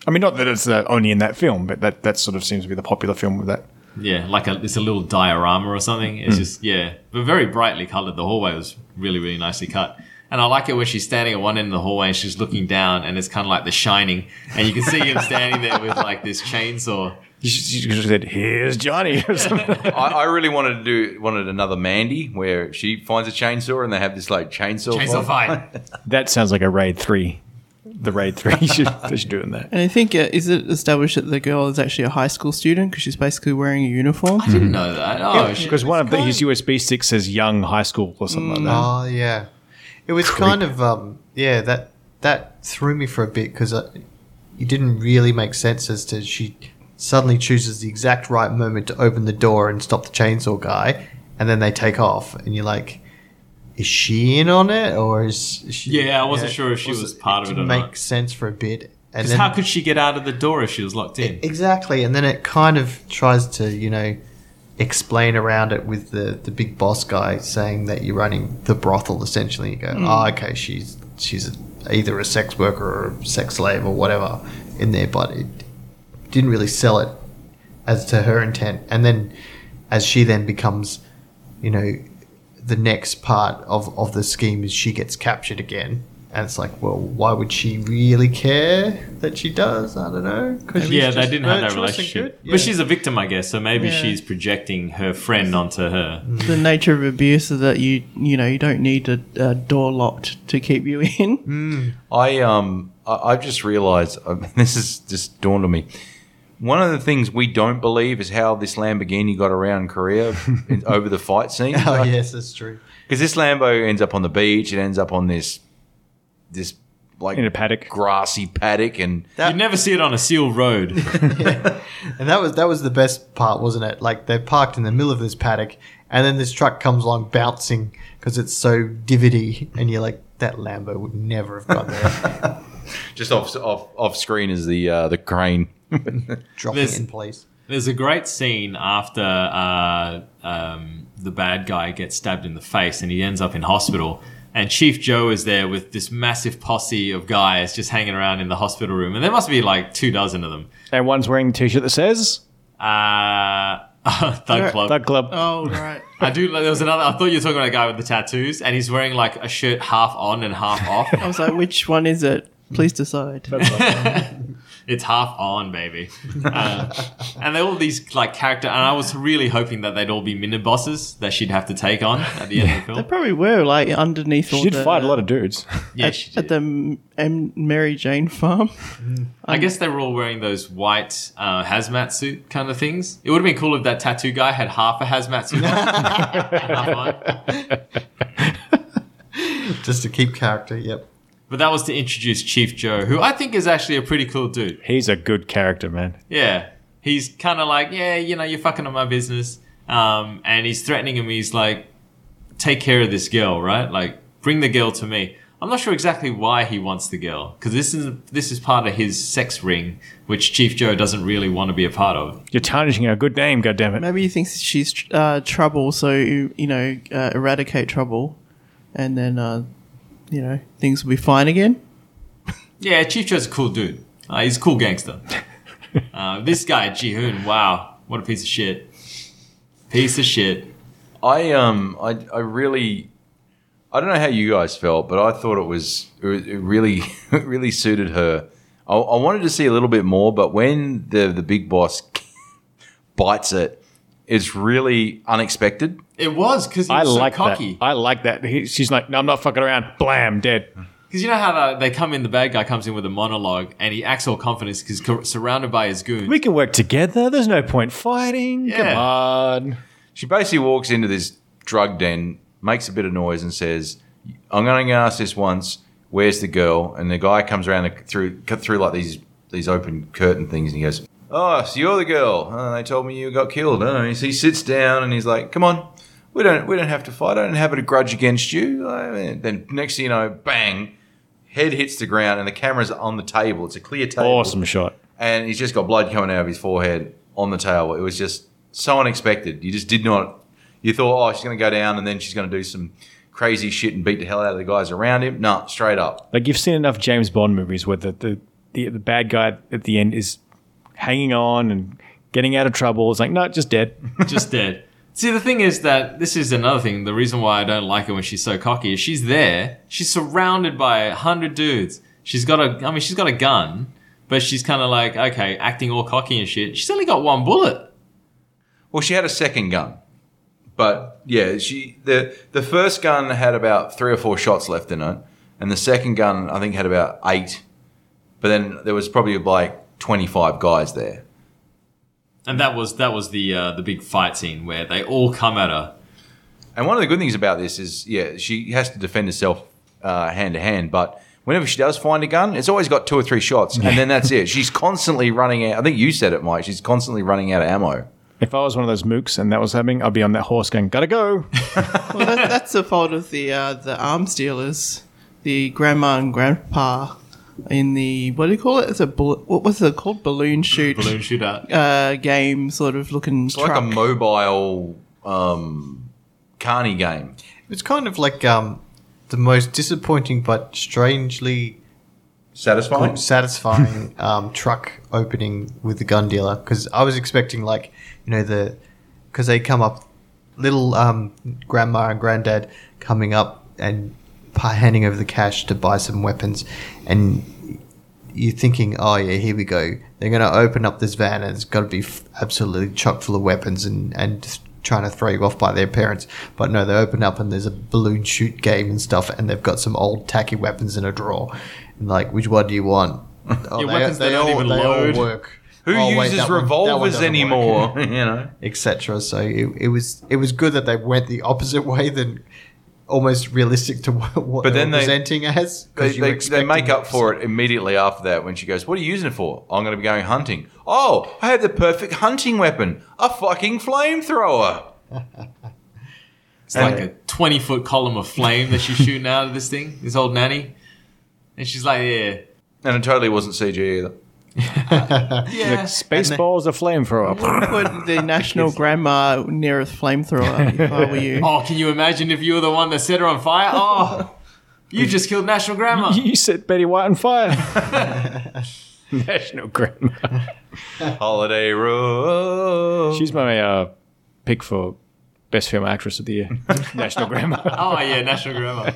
I mean, not that it's uh, only in that film, but that, that sort of seems to be the popular film with that. Yeah, like a, it's a little diorama or something. It's just, yeah, but very brightly colored. The hallway was really, really nicely cut. And I like it where she's standing at one end of the hallway and she's looking down and it's kind of like the shining. And you can see him standing there with like this chainsaw. You should- you should have said, "Here's Johnny." or something. I, I really wanted to do wanted another Mandy where she finds a chainsaw and they have this like chainsaw. Chainsaw fight. that sounds like a raid three. The raid three should, they should do in that. And I think uh, is it established that the girl is actually a high school student because she's basically wearing a uniform. I didn't know that. Oh, shit. Because one of the, his USB sticks says young high school or Hmm. something like Oh yeah, it was kind of um, yeah that that threw me for a bit because it didn't really make sense as to she suddenly chooses the exact right moment to open the door and stop the chainsaw guy, and then they take off, and you're like, is she in on it or is she? Yeah, I wasn't sure if she was part of it or Didn't make not. sense for a bit, and 'Cause how could she get out of the door if she was locked in? Exactly, and then it kind of tries to, you know, explain around it with the the big boss guy saying that you're running the brothel. Essentially, you go, oh, okay, she's she's either a sex worker or a sex slave or whatever in there, but it didn't really sell it as to her intent. And then, as she then becomes, you know, the next part of of the scheme is she gets captured again. And it's like, well, why would she really care that she does? I don't know. 'Cause she's yeah, they just didn't have virtuous that and relationship. good. But Yeah. she's a victim, I guess. So maybe Yeah. she's projecting her friend onto her. Mm. the nature of abuse is that you you know you don't need a, a door locked to keep you in. Mm-hmm. I um I, I've just realised uh, this is just dawned on me. One of the things we don't believe is how this Lamborghini got around Korea in- over the fight scene. Oh yes, that's true. Because this Lambo ends up on the beach, it ends up on this this like that. In a paddock. grassy paddock, and That- You'd never see it on a sealed road. And that was that was the best part, wasn't it? Like they're parked in the middle of this paddock, and then this truck comes along bouncing because it's so divoty, and you're like, that Lambo would never have got there, just off off off screen is the uh, the crane. dropping This- in place. There's a great scene after uh, um, the bad guy gets stabbed in the face and he ends up in hospital. And Chief Joe is there with this massive posse of guys just hanging around in the hospital room. And there must be like two dozen of them. And one's wearing a T-shirt that says Uh, Thug They're- Club. "Thug Club." Oh right. I do. There was another. I thought you were talking about a guy with the tattoos, and he's wearing like a shirt half on and half I off. was like, which one is it? Please decide. it's half on, baby. Uh, and they're all these like character. And I was really hoping that they'd all be mini bosses that she'd have to take on at the end of the They film. probably were like underneath all She the, did fight a lot of dudes. Yeah, at, she at did. the M- M- Mary Jane farm. I guess they were all wearing those white uh, hazmat suit kind of things. It would have been cool if that tattoo guy had half a hazmat suit. on. Half on. Just to keep character. Yep. But that was to introduce Chief Joe, who I think is actually a pretty cool dude. He's a good character, man. Yeah. He's kind of like, yeah, you know, you're fucking up my business. Um, and he's threatening him. He's like, take care of this girl, right? Like, bring the girl to me. I'm not sure exactly why he wants the girl because this is this is part of his sex ring, which Chief Joe doesn't really want to be a part of. You're tarnishing our good name, goddammit. Maybe he thinks she's tr- uh, trouble, so you know, uh, eradicate trouble, and then uh, you know things will be fine again. Yeah, Chief Joe's a cool dude. Uh, he's a cool gangster. uh, this guy Ji Hoon, wow, what a piece of shit. Piece of shit. I um I I really I don't know how you guys felt, but I thought it was it was- it really it really suited her. I, I wanted to see a little bit more, but when the the big boss bites it, It's really unexpected. It was because I was like so cocky. that. I like that. He, she's like, no, I'm not fucking around. Blam, dead. Because you know how the, they come in, the bad guy comes in with a monologue, and he acts all confidence because he's surrounded by his goons. We can work together. There's no point fighting. Yeah. Come on. She basically walks into this drug den, makes a bit of noise, and says, "I'm going to ask this once. Where's the girl?" And the guy comes around and through cut through like these these open curtain things, and he goes, "Oh, so you're the girl? Oh, they told me you got killed." Oh, and he sits down and he's like, "Come on." We don't, we don't have to fight. I don't have a grudge against you. I mean, then next thing you know, bang, head hits the ground and the camera's on the table. It's a clear table Awesome shot. and he's just got blood coming out of his forehead on the table. It was just so unexpected. You just did not. You thought, oh, she's going to go down, and then she's going to do some crazy shit and beat the hell out of the guys around him. No, straight up. Like you've seen enough James Bond movies where the the, the, the bad guy at the end is hanging on and getting out of trouble. It's like, no, just dead. just dead. See, the thing is that this is another thing. The reason why I don't like her when she's so cocky is she's there. She's surrounded by a hundred dudes. She's got a, I mean, she's got a gun, but she's kind of like, okay, acting all cocky and shit. She's only got one bullet. Well, she had a second gun, but yeah, she the the first gun had about three or four shots left in it, and the second gun I think had about eight. But then there was probably like twenty five guys there. And that was that was the uh, the big fight scene where they all come at her. And one of the good things about this is, yeah, she has to defend herself uh, hand to hand, but whenever she does find a gun, it's always got two or three shots, and then that's it. She's constantly running out. I think you said it, Mike. She's constantly running out of ammo. If I was one of those mooks and that was happening, I'd be on that horse going, gotta go. Well, that, that's the fault of the uh, the arms dealers, the grandma and grandpa, in the what do you call it? It's a bull- what was it called? Balloon shoot Balloon shootout. uh, game, sort of looking It's like truck. a mobile um, carny game. It's kind of like um, the most disappointing but strangely Satisfying. satisfying um, truck opening with the gun dealer because I was expecting like you know the because they come up little um, grandma and granddad coming up and pa- handing over the cash to buy some weapons and you're thinking oh yeah here we go they're going to open up this van and it's got to be f- absolutely chock full of weapons and and just trying to throw you off by their parents but no they open up and there's a balloon shoot game and stuff and they've got some old tacky weapons in a drawer and like which one do you want oh, Your weapons they don't even load. work Who Oh, wait, uses that one- that one revolvers doesn't work. anymore? you know. etc. So it, it was it was good that they went the opposite way than almost realistic to what, what But they then were they- presenting as. They, 'cause you were they, they make expecting up for it immediately after that when she goes, What are you using it for? I'm going to be going hunting. Oh, I have the perfect hunting weapon a fucking flamethrower. It's like a twenty foot column of flame that she's shooting out of this thing. This old nanny, and she's like, yeah, And it totally wasn't CG either. yeah. Baseball's a flamethrower. Put the national grandma nearest flamethrower. If I were you, Oh, can you imagine if you were the one that set her on fire? Oh, you just killed National Grandma. you set Betty White on fire. National grandma. Holiday Road. She's my uh, pick for best film actress of the year. National grandma. Oh yeah, National Grandma.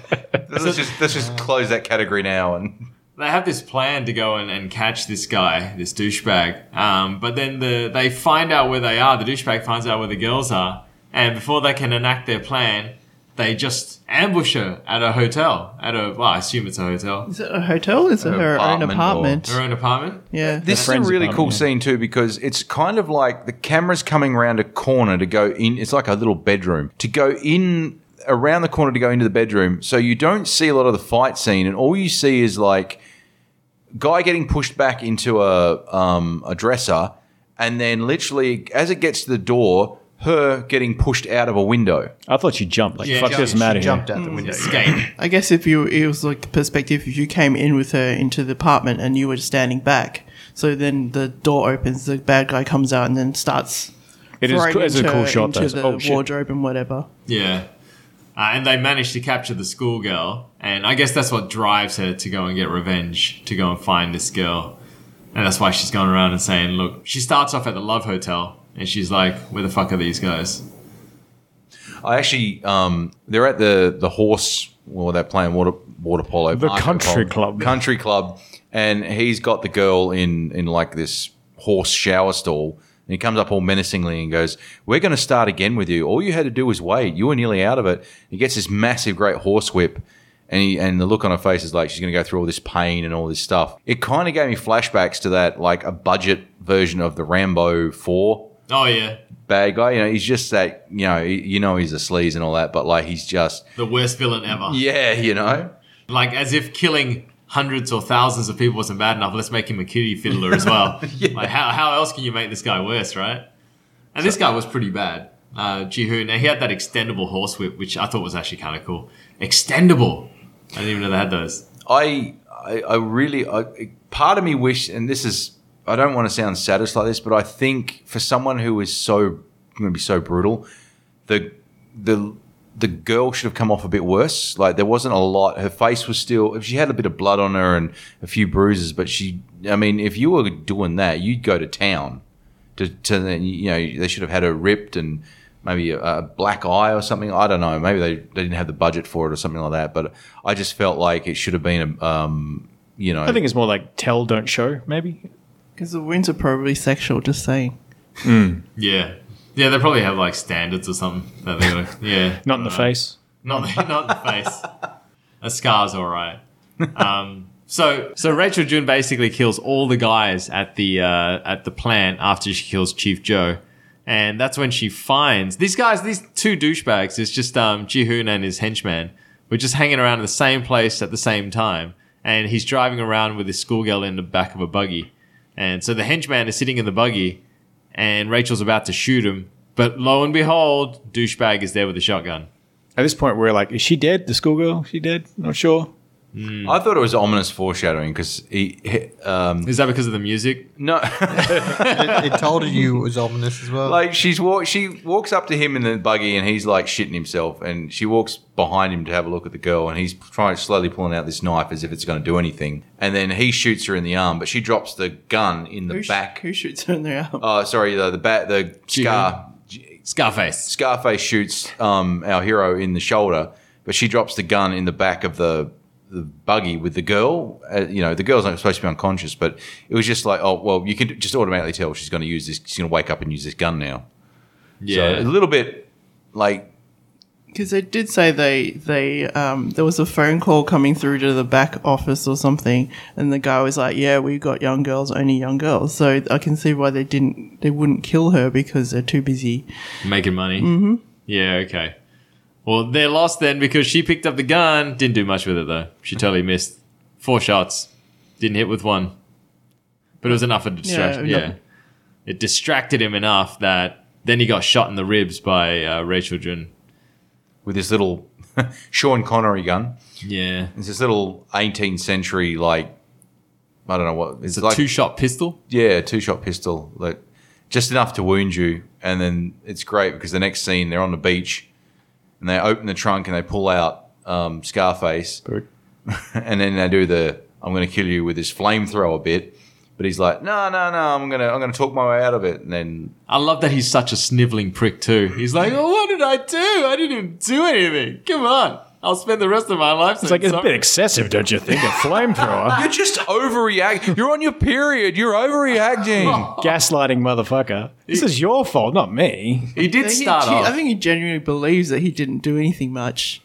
Let's just let's just close that category now and They have this plan to go and, and catch this guy, this douchebag. Um, but then the they find out where they are. The douchebag finds out where the girls are, and before they can enact their plan, they just ambush her at a hotel. At a well, I assume it's a hotel, is it a hotel? Is it An her own apartment apartment? her own apartment. yeah. this is a friends really cool apartment, yeah. scene too because it's kind of like the camera's coming around a corner to go in. It's like a little bedroom to go in around the corner to go into the bedroom. So you don't see a lot of the fight scene, and all you see is like guy getting pushed back into a um, a dresser, and then literally as it gets to the door, her getting pushed out of a window. I thought she jumped. Like, Yeah, fuck jumped. this, I'm out She of jumped here. Mm. out the window. Escape. I guess if you, it was like the perspective, if you came in with her into the apartment and you were standing back, so then the door opens, the bad guy comes out and then starts It is throwing co- it's a into, cool shot, into though. the Oh, shit. wardrobe and whatever. Yeah. Uh, and they managed to capture the schoolgirl. And I guess that's what drives her to go and get revenge, to go and find this girl. And that's why she's going around and saying, look, she starts off at the Love Hotel and she's like, where the fuck are these guys? I actually, um, they're at the the horse. Well, they're playing water water polo. The Marco country Polo- club. Country club, and he's got the girl in in like this horse shower stall, and he comes up all menacingly and goes, We're going to start again with you. All you had to do was wait. You were nearly out of it. He gets this massive, great horsewhip. And, he, and the look on her face is like she's going to go through all this pain and all this stuff. It kind of gave me flashbacks to that, like a budget version of the Rambo 4 Oh yeah, bad guy. You know, he's just that, you know, he- you know he's a sleaze and all that, but like he's just, the worst villain ever. yeah, you know? Like as if killing hundreds or thousands of people wasn't bad enough. Let's make him a kitty fiddler as well. Like how, how else can you make this guy worse, right? And this guy was pretty bad. Uh, Jihoon, and he had that extendable horsewhip, which I thought was actually kind of cool. Extendable. I didn't even know they had those. I, I, I really, I, part of me wish, and this is, I don't want to sound sadist like this, but I think for someone who is so, I'm going to be so brutal, the, the, the girl should have come off a bit worse. Like there wasn't a lot. Her face was still. She had a bit of blood on her and a few bruises, but she. I mean, if you were doing that, you'd go to town. To, to the, you know, they should have had her ripped and maybe a, a black eye or something. I don't know. Maybe they, they didn't have the budget for it or something like that. But I just felt like it should have been a, um, you know, I think it's more like tell, don't show, maybe. Because the wounds are probably sexual. Just saying. Yeah, yeah. They probably have like standards or something. That they gotta, yeah, Not Mm. in the face. Not the, not the face. A scar's all right. Um, so so Rachel June basically kills all the guys at the uh, at the plant after she kills Chief Joe, and that's when she finds these guys. These two douchebags It's just um, Jihoon and his henchman were just hanging around in the same place at the same time, and he's driving around with his schoolgirl in the back of a buggy, and so the henchman is sitting in the buggy, and Rachel's about to shoot him, but lo and behold, douchebag is there with a shotgun. At this point, we're like, is she dead? The schoolgirl? She dead? Not sure. I thought it was ominous foreshadowing because he, he- um, Is that because of the music? no, it, it told you it was ominous as well. like she's walk, she walks up to him in the buggy and he's like shitting himself, and she walks behind him to have a look at the girl, and he's trying slowly pulling out this knife as if it's going to do anything, and then he shoots her in the arm, but she drops the gun in the Who, sh- back. who shoots her in the arm? uh, sorry, the the bat, the scar. Scarface. Scarface shoots um, our hero in the shoulder, but she drops the gun in the back of the the buggy with the girl. Uh, you know, the girl's not supposed to be unconscious, but it was just like, oh well, you can just automatically tell she's going to use this. She's going to wake up and use this gun now. Yeah. So a little bit like Because they did say they they um, there was a phone call coming through to the back office or something, and the guy was like, "Yeah, we got young girls, only young girls." So I can see why they didn't they wouldn't kill her because they're too busy. Making money. Mm-hmm. Yeah, okay. Well, they're lost then because she picked up the gun. Didn't do much with it, though. She totally missed. Four shots. Didn't hit with one. But it was enough of a distraction. Yeah, Yeah. enough. It distracted him enough that then he got shot in the ribs by uh, Rachel Jun. with this little Sean Connery gun. Yeah. It's this little 18th century like I don't know what It's a like two shot pistol. Yeah, two shot pistol, like just enough to wound you, and then it's great because the next scene they're on the beach, and they open the trunk and they pull out um, Scarface, and then they do the "I'm going to kill you with this flamethrower" bit, but he's like, "No, no, no, I'm gonna I'm gonna talk my way out of it," and then I love that he's such a sniveling prick, too. He's like, oh, what did I do? I didn't even do anything. Come on. I'll spend the rest of my life. It's like, it's a bit excessive, don't you think? A flamethrower? you're just overreacting. You're on your period. You're overreacting. Gaslighting motherfucker. This is your fault, not me. He I did think he start gen- off. I think he genuinely believes that he didn't do anything much.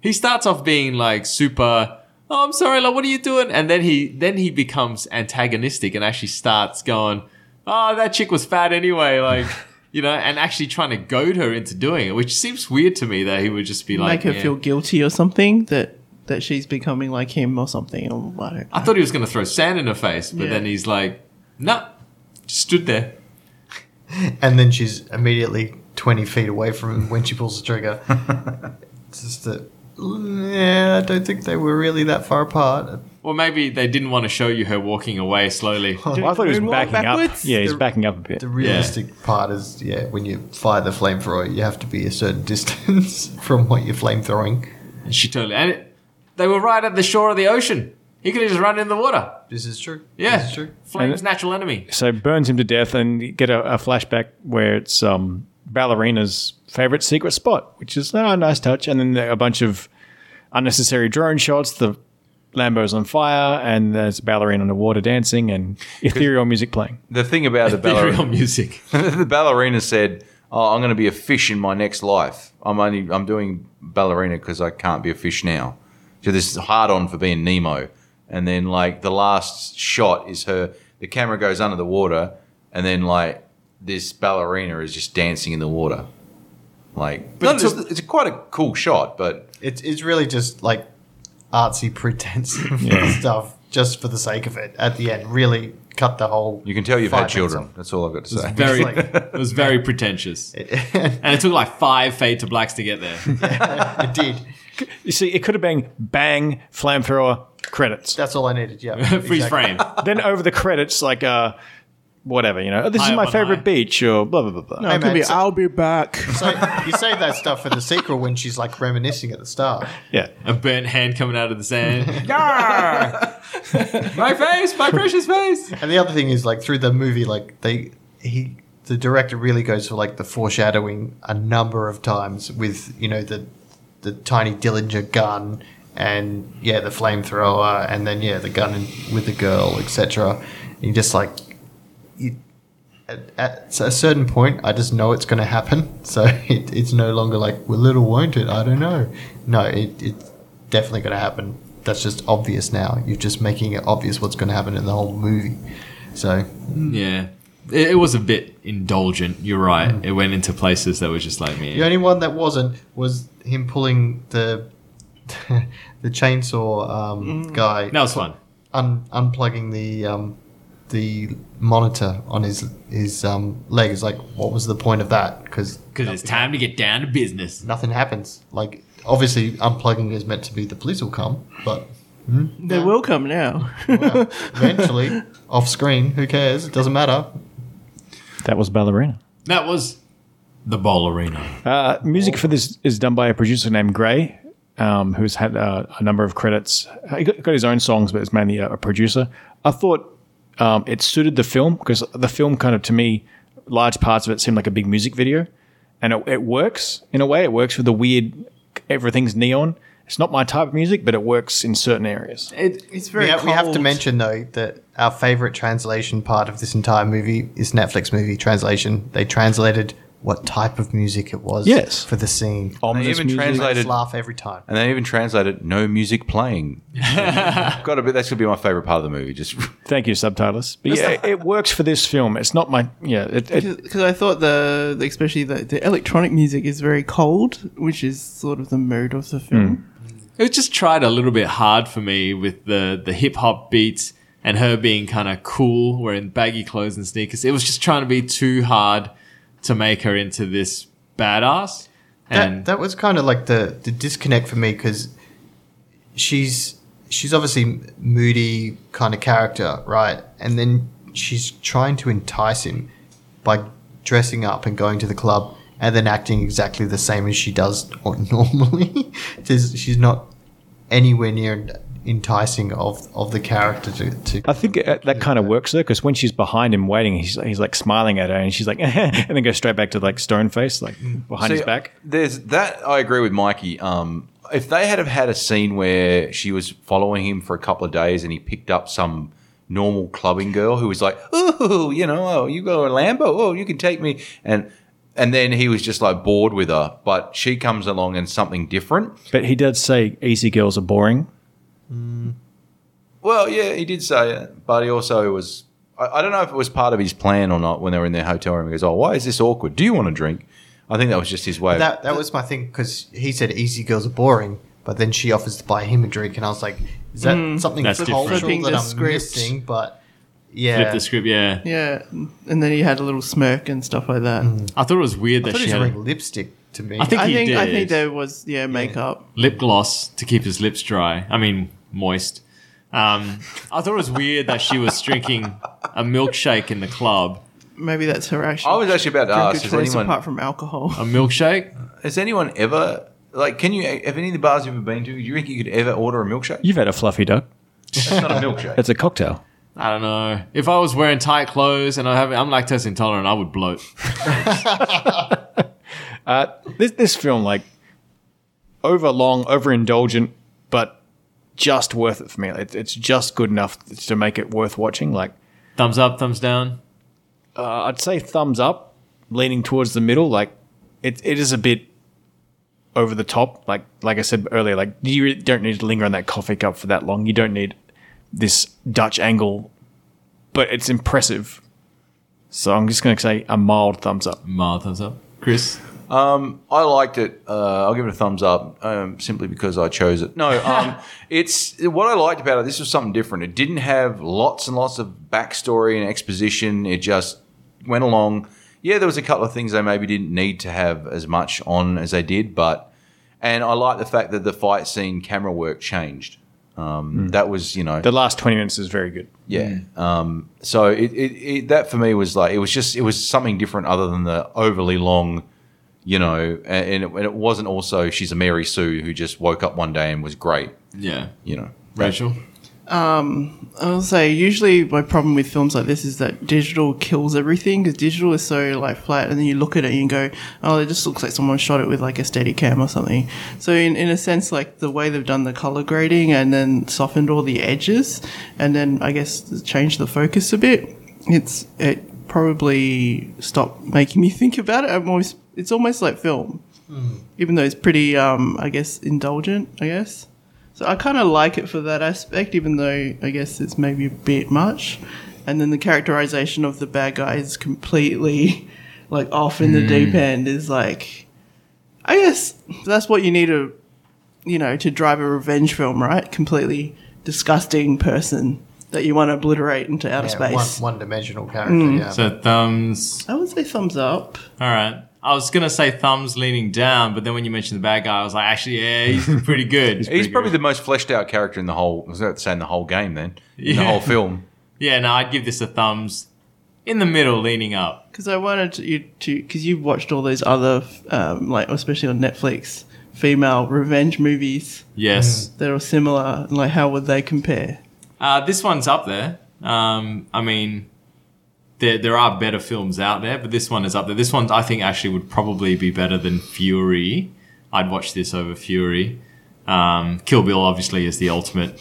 he starts off being like super oh i'm sorry like what are you doing and then he then he becomes antagonistic and actually starts going oh that chick was fat anyway like you know and actually trying to goad her into doing it which seems weird to me that he would just be like Make her yeah. feel guilty or something that that she's becoming like him or something. Or I don't know. i thought he was going to throw sand in her face but Yeah. then he's like no nah, just stood there and then she's immediately 20 feet away from him when she pulls the trigger. it's just that, yeah, I don't think they were really that far apart. or maybe they didn't want to show you her walking away slowly Well, I thought he was Moonwalk backing backwards? up. Yeah, he's The- backing up a bit. The realistic part is, yeah, when you fire the flamethrower, you have to be a certain distance from what you're flamethrowing. and she totally and it, they were right at the shore of the ocean he could have just run in the water This is true. yeah This is true. flames natural enemy so burns him to death and you get a, a flashback where it's um, ballerina's favorite secret ah, spot which is oh, nice touch and then there are a bunch of unnecessary drone shots the Lambo's on fire and there's a ballerina underwater dancing and ethereal music playing. The thing about the Ethereal ballerina, music. the ballerina said, "Oh, I'm going to be a fish in my next life. I'm only I'm doing ballerina because I can't be a fish now." So this hard on for being Nemo, and then like the last shot is her. The camera goes under the water, and then like this ballerina is just dancing in the water. Like, but it's it's, it's quite a cool shot, but It's it's really just like artsy pretense stuff just for the sake of it. At the end, really cut the whole. you can tell you've had five minutes children. That's all I've got to say. Very, like- it was very pretentious, off. and it took like five fade to blacks to get there. it did. You see, it could have been bang, flamethrower, credits. That's all I needed. Yeah, Freeze exactly. frame. then over the credits, like uh, whatever, you know, "Oh, this High is my up on favorite high." beach or blah, blah, blah, blah. No, it could man, be, so- I'll be back. So you save that stuff for the sequel when she's like reminiscing at the start. Yeah. A burnt hand coming out of the sand. my face, my precious face. And the other thing is like through the movie, like they he the director really goes for like the foreshadowing a number of times with you know the the tiny Dillinger gun and yeah the flamethrower and then yeah the gun in, with the girl etc. You just like you, at, at a certain point, I just know it's going to happen. So it, it's no longer like we're little, won't it? I don't know. No, it, it's definitely going to happen. That's just obvious now. You're just making it obvious what's going to happen in the whole movie. So Yeah, it, it was a bit indulgent. You're right. Mm. It went into places that were just like me. The only one that wasn't was him pulling the the chainsaw um, guy. That was fun. un- unplugging the um, the monitor on his his um, leg. It's like, what was the point of that? Because Because it's time to get down to business. nothing happens. Like, obviously, unplugging is meant to be the police will come, but They will come now. well, eventually, off screen, who cares? It doesn't matter. That was Ballerina. That was the ballerina. Uh, music for this is done by a producer named Gray, um, who's had uh, a number of credits. Uh, He got, got his own songs, but it's mainly a, a producer. I thought um, it suited the film because the film kind of, to me, large parts of it seemed like a big music video, and it, it works in a way. It works with the weird, everything's neon. It's not my type of music, but it works in certain areas. It, It's We very have, we have to cold. mention though that our favorite translation part of this entire movie is Netflix movie translation. They translated what type of music it was Yes. for the scene. They Ominous even music. translated Makes laugh every time. And they even translated "no music playing." Got to be that's gonna be my favorite part of the movie. Just Thank you, subtitles. But yeah, it, it works for this film. It's not my yeah. It, it, Because I thought the, the- especially the, the electronic music is very cold, which is sort of the mood of the film. it was just tried a little bit hard for me with the, the hip hop beats and her being kind of cool, wearing baggy clothes and sneakers. It was just trying to be too hard to make her into this badass. that, And that was kind of like the, the disconnect for me because she's she's obviously moody kind of character, right? And then she's trying to entice him by dressing up and going to the club and then acting exactly the same as she does normally. There's- she's not anywhere near enticing of of the character to. to I think uh, that kind of works though, because when she's behind him waiting, he's, he's like smiling at her, and she's like, and then goes straight back to like stone face, like behind his See, back. There's that. I agree with Mikey. Um, if they had have had a scene where she was following him for a couple of days and he picked up some normal clubbing girl who was like, "Ooh, you know, oh, you go a Lambo. Oh, you can take me." And and then he was just like bored with her, but she comes along and something different. But he does say easy girls are boring. Well, yeah, he did say it, but he also was. I, I don't know if it was part of his plan or not when they were in their hotel room. He goes, Oh, why is this awkward? Do you want a drink? I think that was just his way. of- that that was my thing because he said easy girls are boring, but then she offers to buy him a drink, and I was like, is that something That's different. cultural Mm. Flipping that the I'm script. missing? But flip yeah, the script, Hmm. yeah. Yeah, and then he had a little smirk and stuff like that. I thought it was weird I that thought she he was had wearing lipstick to me. I think- I think I did. think there was yeah makeup. lip gloss to keep his lips dry. I mean, moist. Um, I thought it was weird that she was drinking a milkshake in the club. Maybe that's her actual. I was actually about to drink ask, of has choice anyone- apart from alcohol? A milkshake? Has anyone ever, like, can you, have any of the bars you've ever been to, do you think you could ever order a milkshake? You've had a fluffy duck. It's not a milkshake. That's a cocktail. I don't know. If I was wearing tight clothes and I have, I'm lactose intolerant, I would bloat. This this film like over long, overindulgent, but just worth it for me. It, it's just good enough to make it worth watching. Like Thumbs up, thumbs down. uh, I'd say thumbs up, leaning towards the middle. Like it, it is a bit over the top. Like like I said earlier, like you really don't need to linger on that coffee cup for that long. You don't need this Dutch angle, but it's impressive. So I'm just going to say a mild thumbs up. Mild thumbs up. Chris. I liked it. Uh, I'll give it a thumbs up um, simply because I chose it. No, um, it's what I liked about it. This was something different. It didn't have lots and lots of backstory and exposition. It just went along. Yeah, there was a couple of things they maybe didn't need to have as much on as they did, but and I like the fact that the fight scene camera work changed. Um, That was you know The last 20 minutes is very good. yeah. Mm. Um, so it, it, it that for me was like it was just it was something different other than the overly long, you know, a- and it, and it wasn't also she's a Mary Sue who just woke up one day and was great, Yeah. you know. Rachel. I'll say usually my problem with films like this is that digital kills everything because digital is so like flat, and then you look at it and you go, "Oh, it just looks like someone shot it with like a steady cam or something." So in, in a sense, like the way they've done the color grading and then softened all the edges, and then I guess changed the focus a bit. It's it probably stopped making me think about it. I'm always it's almost like film, even though it's pretty um, I guess indulgent. I guess. So I kind of like it for that aspect, even though I guess it's maybe a bit much. And then the characterization of the bad guy is completely like off in the deep end is like, I guess that's what you need to, you know, to drive a revenge film, right? Completely disgusting person that you want to obliterate into outer Yeah, one, space. one Mm. dimensional character, yeah. So thumbs. I would say thumbs up. All right. I was gonna say thumbs leaning down, but then when you mentioned the bad guy, I was like, actually, yeah, he's pretty good. He's pretty probably good. the most fleshed out character in the whole. I was about to say in the whole game then, Yeah. in the whole film. yeah. No, I'd give this a thumbs in the middle, leaning up. Because I wanted to- you to, because you've watched all those other, um, like, especially on Netflix, female revenge movies Yes. that are similar. Like, how would they compare? Uh, this one's up there. Um, I mean, there there are better films out there, but this one is up there. This one, I think, actually would probably be better than Fury. I'd watch this over Fury. Um, Kill Bill obviously is the ultimate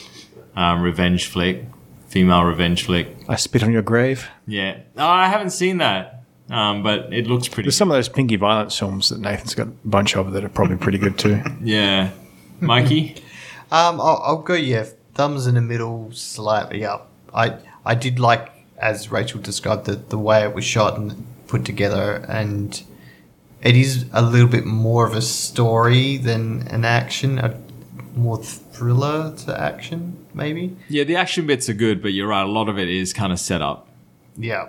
um, revenge flick, female revenge flick. I spit on your grave. Yeah, oh, I haven't seen that, um, but it looks pretty. There's some of those pinky violence films that Nathan's got a bunch of that are probably pretty good too. Yeah, Mikey. Um, I'll, I'll go. Yeah, thumbs in the middle, slightly up. I I did like, as Rachel described, the the way it was shot and put together, and it is a little bit more of a story than an action, a more thriller to action, maybe. yeah, the action bits are good, but you're right. A lot of it is kind of set up Yeah,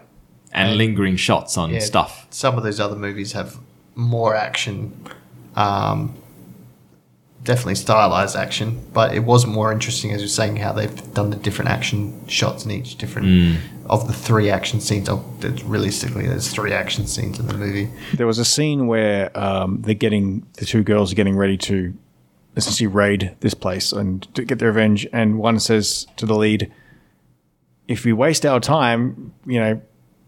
and lingering shots on yeah. stuff. Some of those other movies have more action. Um, definitely stylized action, but it was more interesting, as you're saying, how they've done the different action shots in each different of the three action scenes. Of it's realistically, there's three action scenes in the movie. there was a scene where um, they're getting the two girls are getting ready to essentially raid this place and to get their revenge. And one says to the lead, "If we waste our time, you know,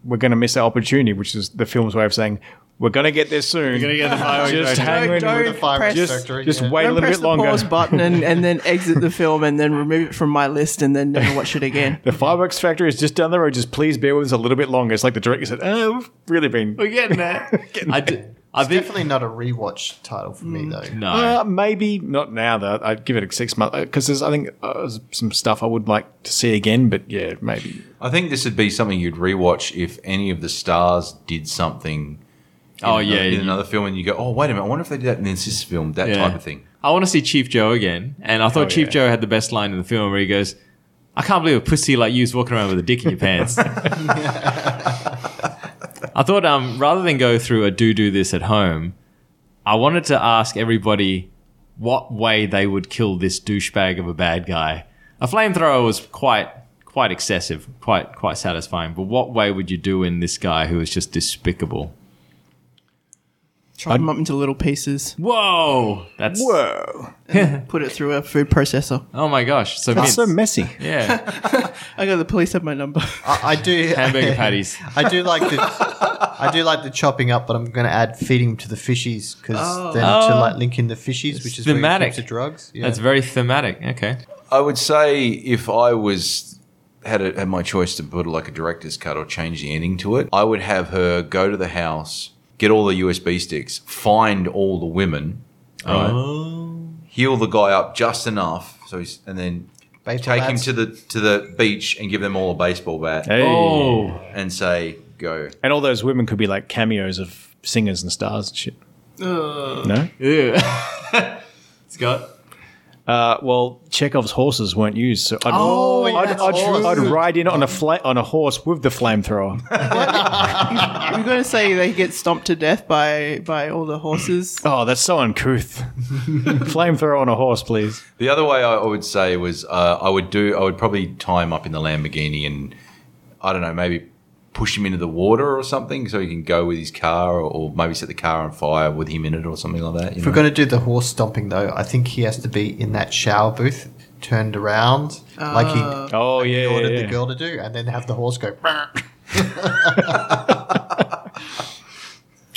we're going to miss our opportunity," which is the film's way of saying we're going to get there soon. Gonna get the fireworks just right. hang Don't- in don't with- Fireworks just, factory, just yeah. wait a Don't little press bit the longer. pause button and, and then exit the film and then remove it from my list and then never watch it again. The fireworks factory is just down the road. Just please bear with us a little bit longer. It's like the director said, "Oh, we've really been We're getting there. I, d- I think Definitely Oh, not a rewatch title for me though. no. Uh, maybe not now though. I'd give it a six month because there's I think uh, there's some stuff I would like to see again. But yeah, maybe I think this would be something you'd rewatch if any of the stars did something. in oh another- yeah. in you- another film, and you go, oh wait a minute, I wonder if they did that in this, this film, that yeah. type of thing. I want to see Chief Joe again, and I thought Oh, Chief yeah. Joe had the best line in the film where he goes, "I can't believe a pussy like you's walking around with a dick in your pants." I thought, um, rather than go through a do do this at home, I wanted to ask everybody what way they would kill this douchebag of a bad guy. A flamethrower was quite quite excessive, quite quite satisfying. But what way would you do in this guy who is just despicable? Chop them up into little pieces, Whoa, that's whoa, put it through a food processor. oh my gosh, so that's mince. Ah, so messy. yeah, I got the police have my number. I, I do hamburger patties. I do like the I do like the chopping up, but I'm going to add feeding to the Oh. fishies because then to like link in the fishies, which is where you keep Oh. Thematic. the drugs. Yeah. That's very thematic. Okay. I would say if I was had it had my choice to put like a director's cut or change the ending to it, I would have her go to the house, get all the USB sticks, find all the women, right? Heal the guy up just enough so he's and then Baseball take him bats. to the to the beach and give them all a baseball bat Hey. Oh, and say go. And all those women could be like cameos of singers and stars and shit. No? yeah. Scott. Uh, well, Chekhov's horses weren't used, so I'd, I'd, I'd, I'd ride in on a fla- on a horse with the flamethrower. I'm going to say they get stomped to death by by all the horses. oh, that's so uncouth. flamethrower on a horse, please. The other way I I would say was uh, I would do I would probably tie him up in the Lamborghini and I don't know maybe push him into the water or something so he can go with his car or, or maybe set the car on fire with him in it or something like that. You If we're know? going to do the horse stomping, though, I think he has to be in that shower booth, turned around, like he Oh yeah, ordered yeah, the girl to do, and then have the horse go.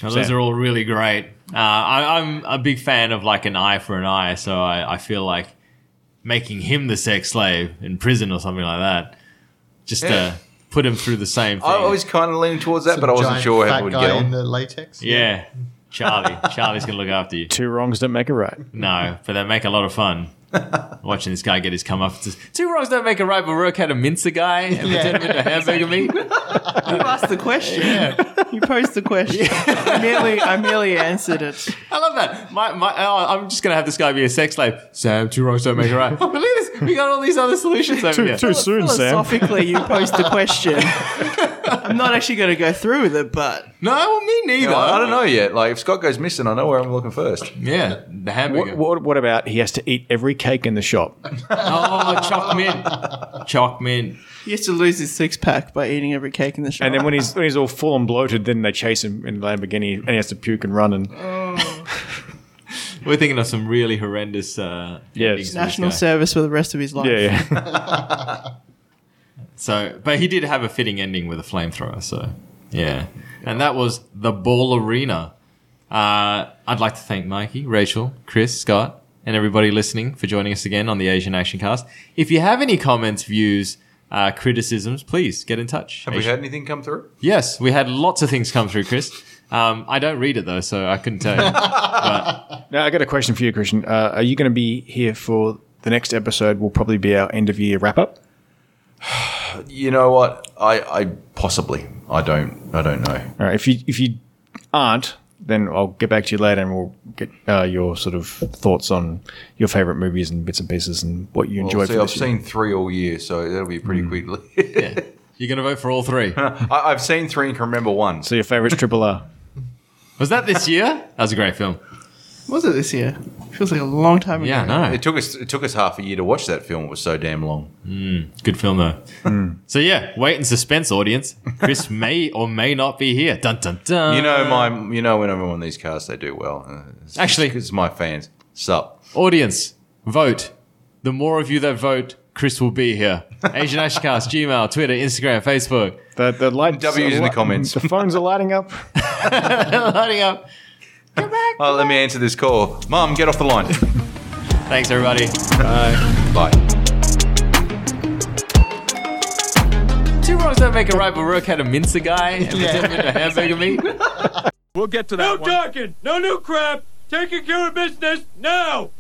Now, those Sam. are all really great. Uh, I, I'm a big fan of like an eye for an eye, so I, I feel like making him the sex slave in prison or something like that, just Yeah. to put him through the same thing. I was kind of leaning towards that, Some but I wasn't giant sure how fat it would guy get in on. the latex. yeah, Charlie. Charlie's gonna look after you. Two wrongs don't make a right. No, but they make a lot of fun. Watching this guy get his come up. Two wrongs don't make a right, but Rourke had to mince a guy and Yeah. pretend to hamburger meat. You asked the question. You posed the question. I merely I merely answered it. I love that. My, my, oh, I'm just gonna have this guy be a sex slave. Sam, two wrongs don't make a right. Oh, believe this. We got all these other solutions over Too, here. too soon, Sam. Philosophically, you posed the question. I'm not actually going to go through with it, but No, well, me neither. You know, I don't know yet. Like if Scott goes missing, I know where I'm looking first. Yeah, the hamburger. What, what, what about he has to eat every cake in the shop? Oh, chalk mint. Chalk mint. he has to lose his six pack by eating every cake in the shop. And then when he's when he's all full and bloated, then they chase him in the Lamborghini, and he has to puke and run. And Oh, We're thinking of some really horrendous. Uh, Yeah, endings it's for this national guy. service for the rest of his life. yeah, yeah. So, but he did have a fitting ending with a flamethrower. So, yeah, and that was the ball arena. Uh, I'd like to thank Mikey, Rachel, Chris, Scott, and everybody listening for joining us again on the Asian Action Cast. If you have any comments, views, uh, criticisms, please get in touch. Have we Asian- had anything come through? Yes, we had lots of things come through, Chris. Um, I don't read it though, so I couldn't tell you. Now I got a question for you, Christian. Uh, are you going to be here for the next episode? Will probably be our end of year wrap up. You know what? I, I possibly. I don't. I don't know. All right. If you if you aren't, then I'll get back to you later, and we'll get uh, your sort of thoughts on your favorite movies and bits and pieces and what you enjoy. Well, see, for I've this year. Mm. seen three all year, so that'll be pretty quickly. You're gonna vote for all three. I, I've seen three and can remember one. So your favorite's Triple R. Was that this year? That was a great film. Was it this year? Feels like a long time ago. Yeah, no, It took us it took us half a year to watch that film. It was so damn long. good film though. Mm. so yeah, wait in suspense, audience. Chris may or may not be here. Dun dun dun. You know my you know whenever I'm on these casts they do well. Uh, it's- Actually- it's my fans. Sup? audience, vote. The more of you that vote, Chris will be here. Asian Ashcast, Gmail, Twitter, Instagram, Facebook. The the light W's in the comments. The phones are lighting up. Lighting up. Oh, let me answer this call. Mum, get off the line. Thanks everybody. Bye. Two wrongs don't make a right, but Rook had a mincer guy and pretended to hamburger meat.